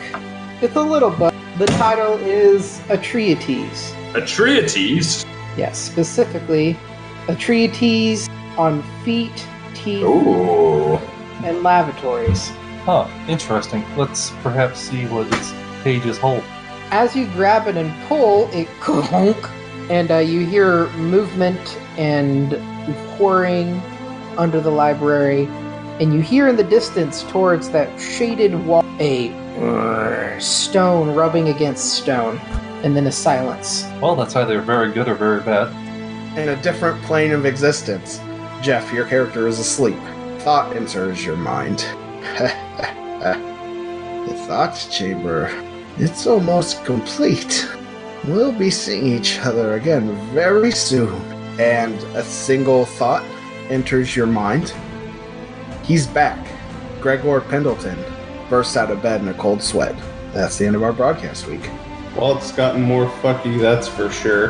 S7: It's a little book. The title is A Treatise.
S6: A treatise.
S7: Yes, specifically, A Treatise on Feet, Teeth,
S6: Ooh.
S7: and lavatories.
S5: Huh, interesting. Let's perhaps see what its pages hold.
S7: As you grab it and pull, it clunk, and uh, you hear movement and pouring under the library, and you hear in the distance towards that shaded wall a uh, stone rubbing against stone, and then a silence.
S5: Well, that's either very good or very bad.
S3: in a different plane of existence. Jeff, your character is asleep. Thought enters your mind. the thought chamber. It's almost complete. We'll be seeing each other again very soon. And a single thought enters your mind. He's back. Gregor Pendleton bursts out of bed in a cold sweat. That's the end of our broadcast week.
S2: Walt's gotten more fucky, that's for sure.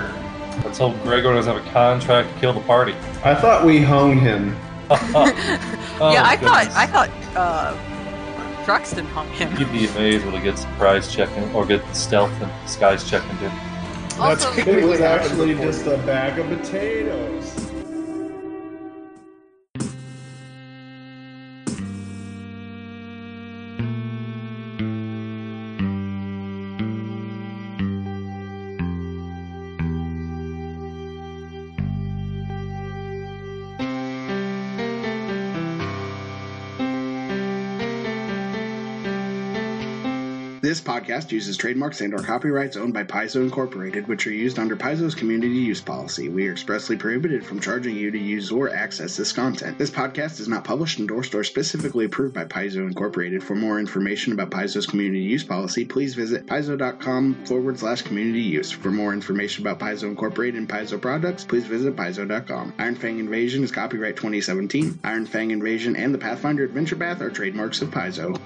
S5: Let's hope Gregor doesn't have a contract to kill the party.
S2: I thought we honed him.
S5: Oh,
S4: yeah, I thought
S5: goodness.
S4: I thought uh, Druxton hung him.
S5: You'd be amazed what a good surprise check in, or good stealth and disguise check can do.
S4: Also,
S2: It was
S3: happens
S2: actually
S3: before.
S2: just a bag of potatoes.
S3: This podcast uses trademarks and/or copyrights owned by Paizo Incorporated, which are used under Paizo's community use policy. We are expressly prohibited from charging you to use or access this content. This podcast is not published, endorsed, or specifically approved by Paizo Incorporated. For more information about Paizo's community use policy, please visit paizo.com forward slash community use. For more information about Paizo Incorporated and Paizo products, please visit paizo.com. Iron Fang Invasion is copyright 2017. Iron Fang Invasion and the Pathfinder Adventure Path are trademarks of Paizo.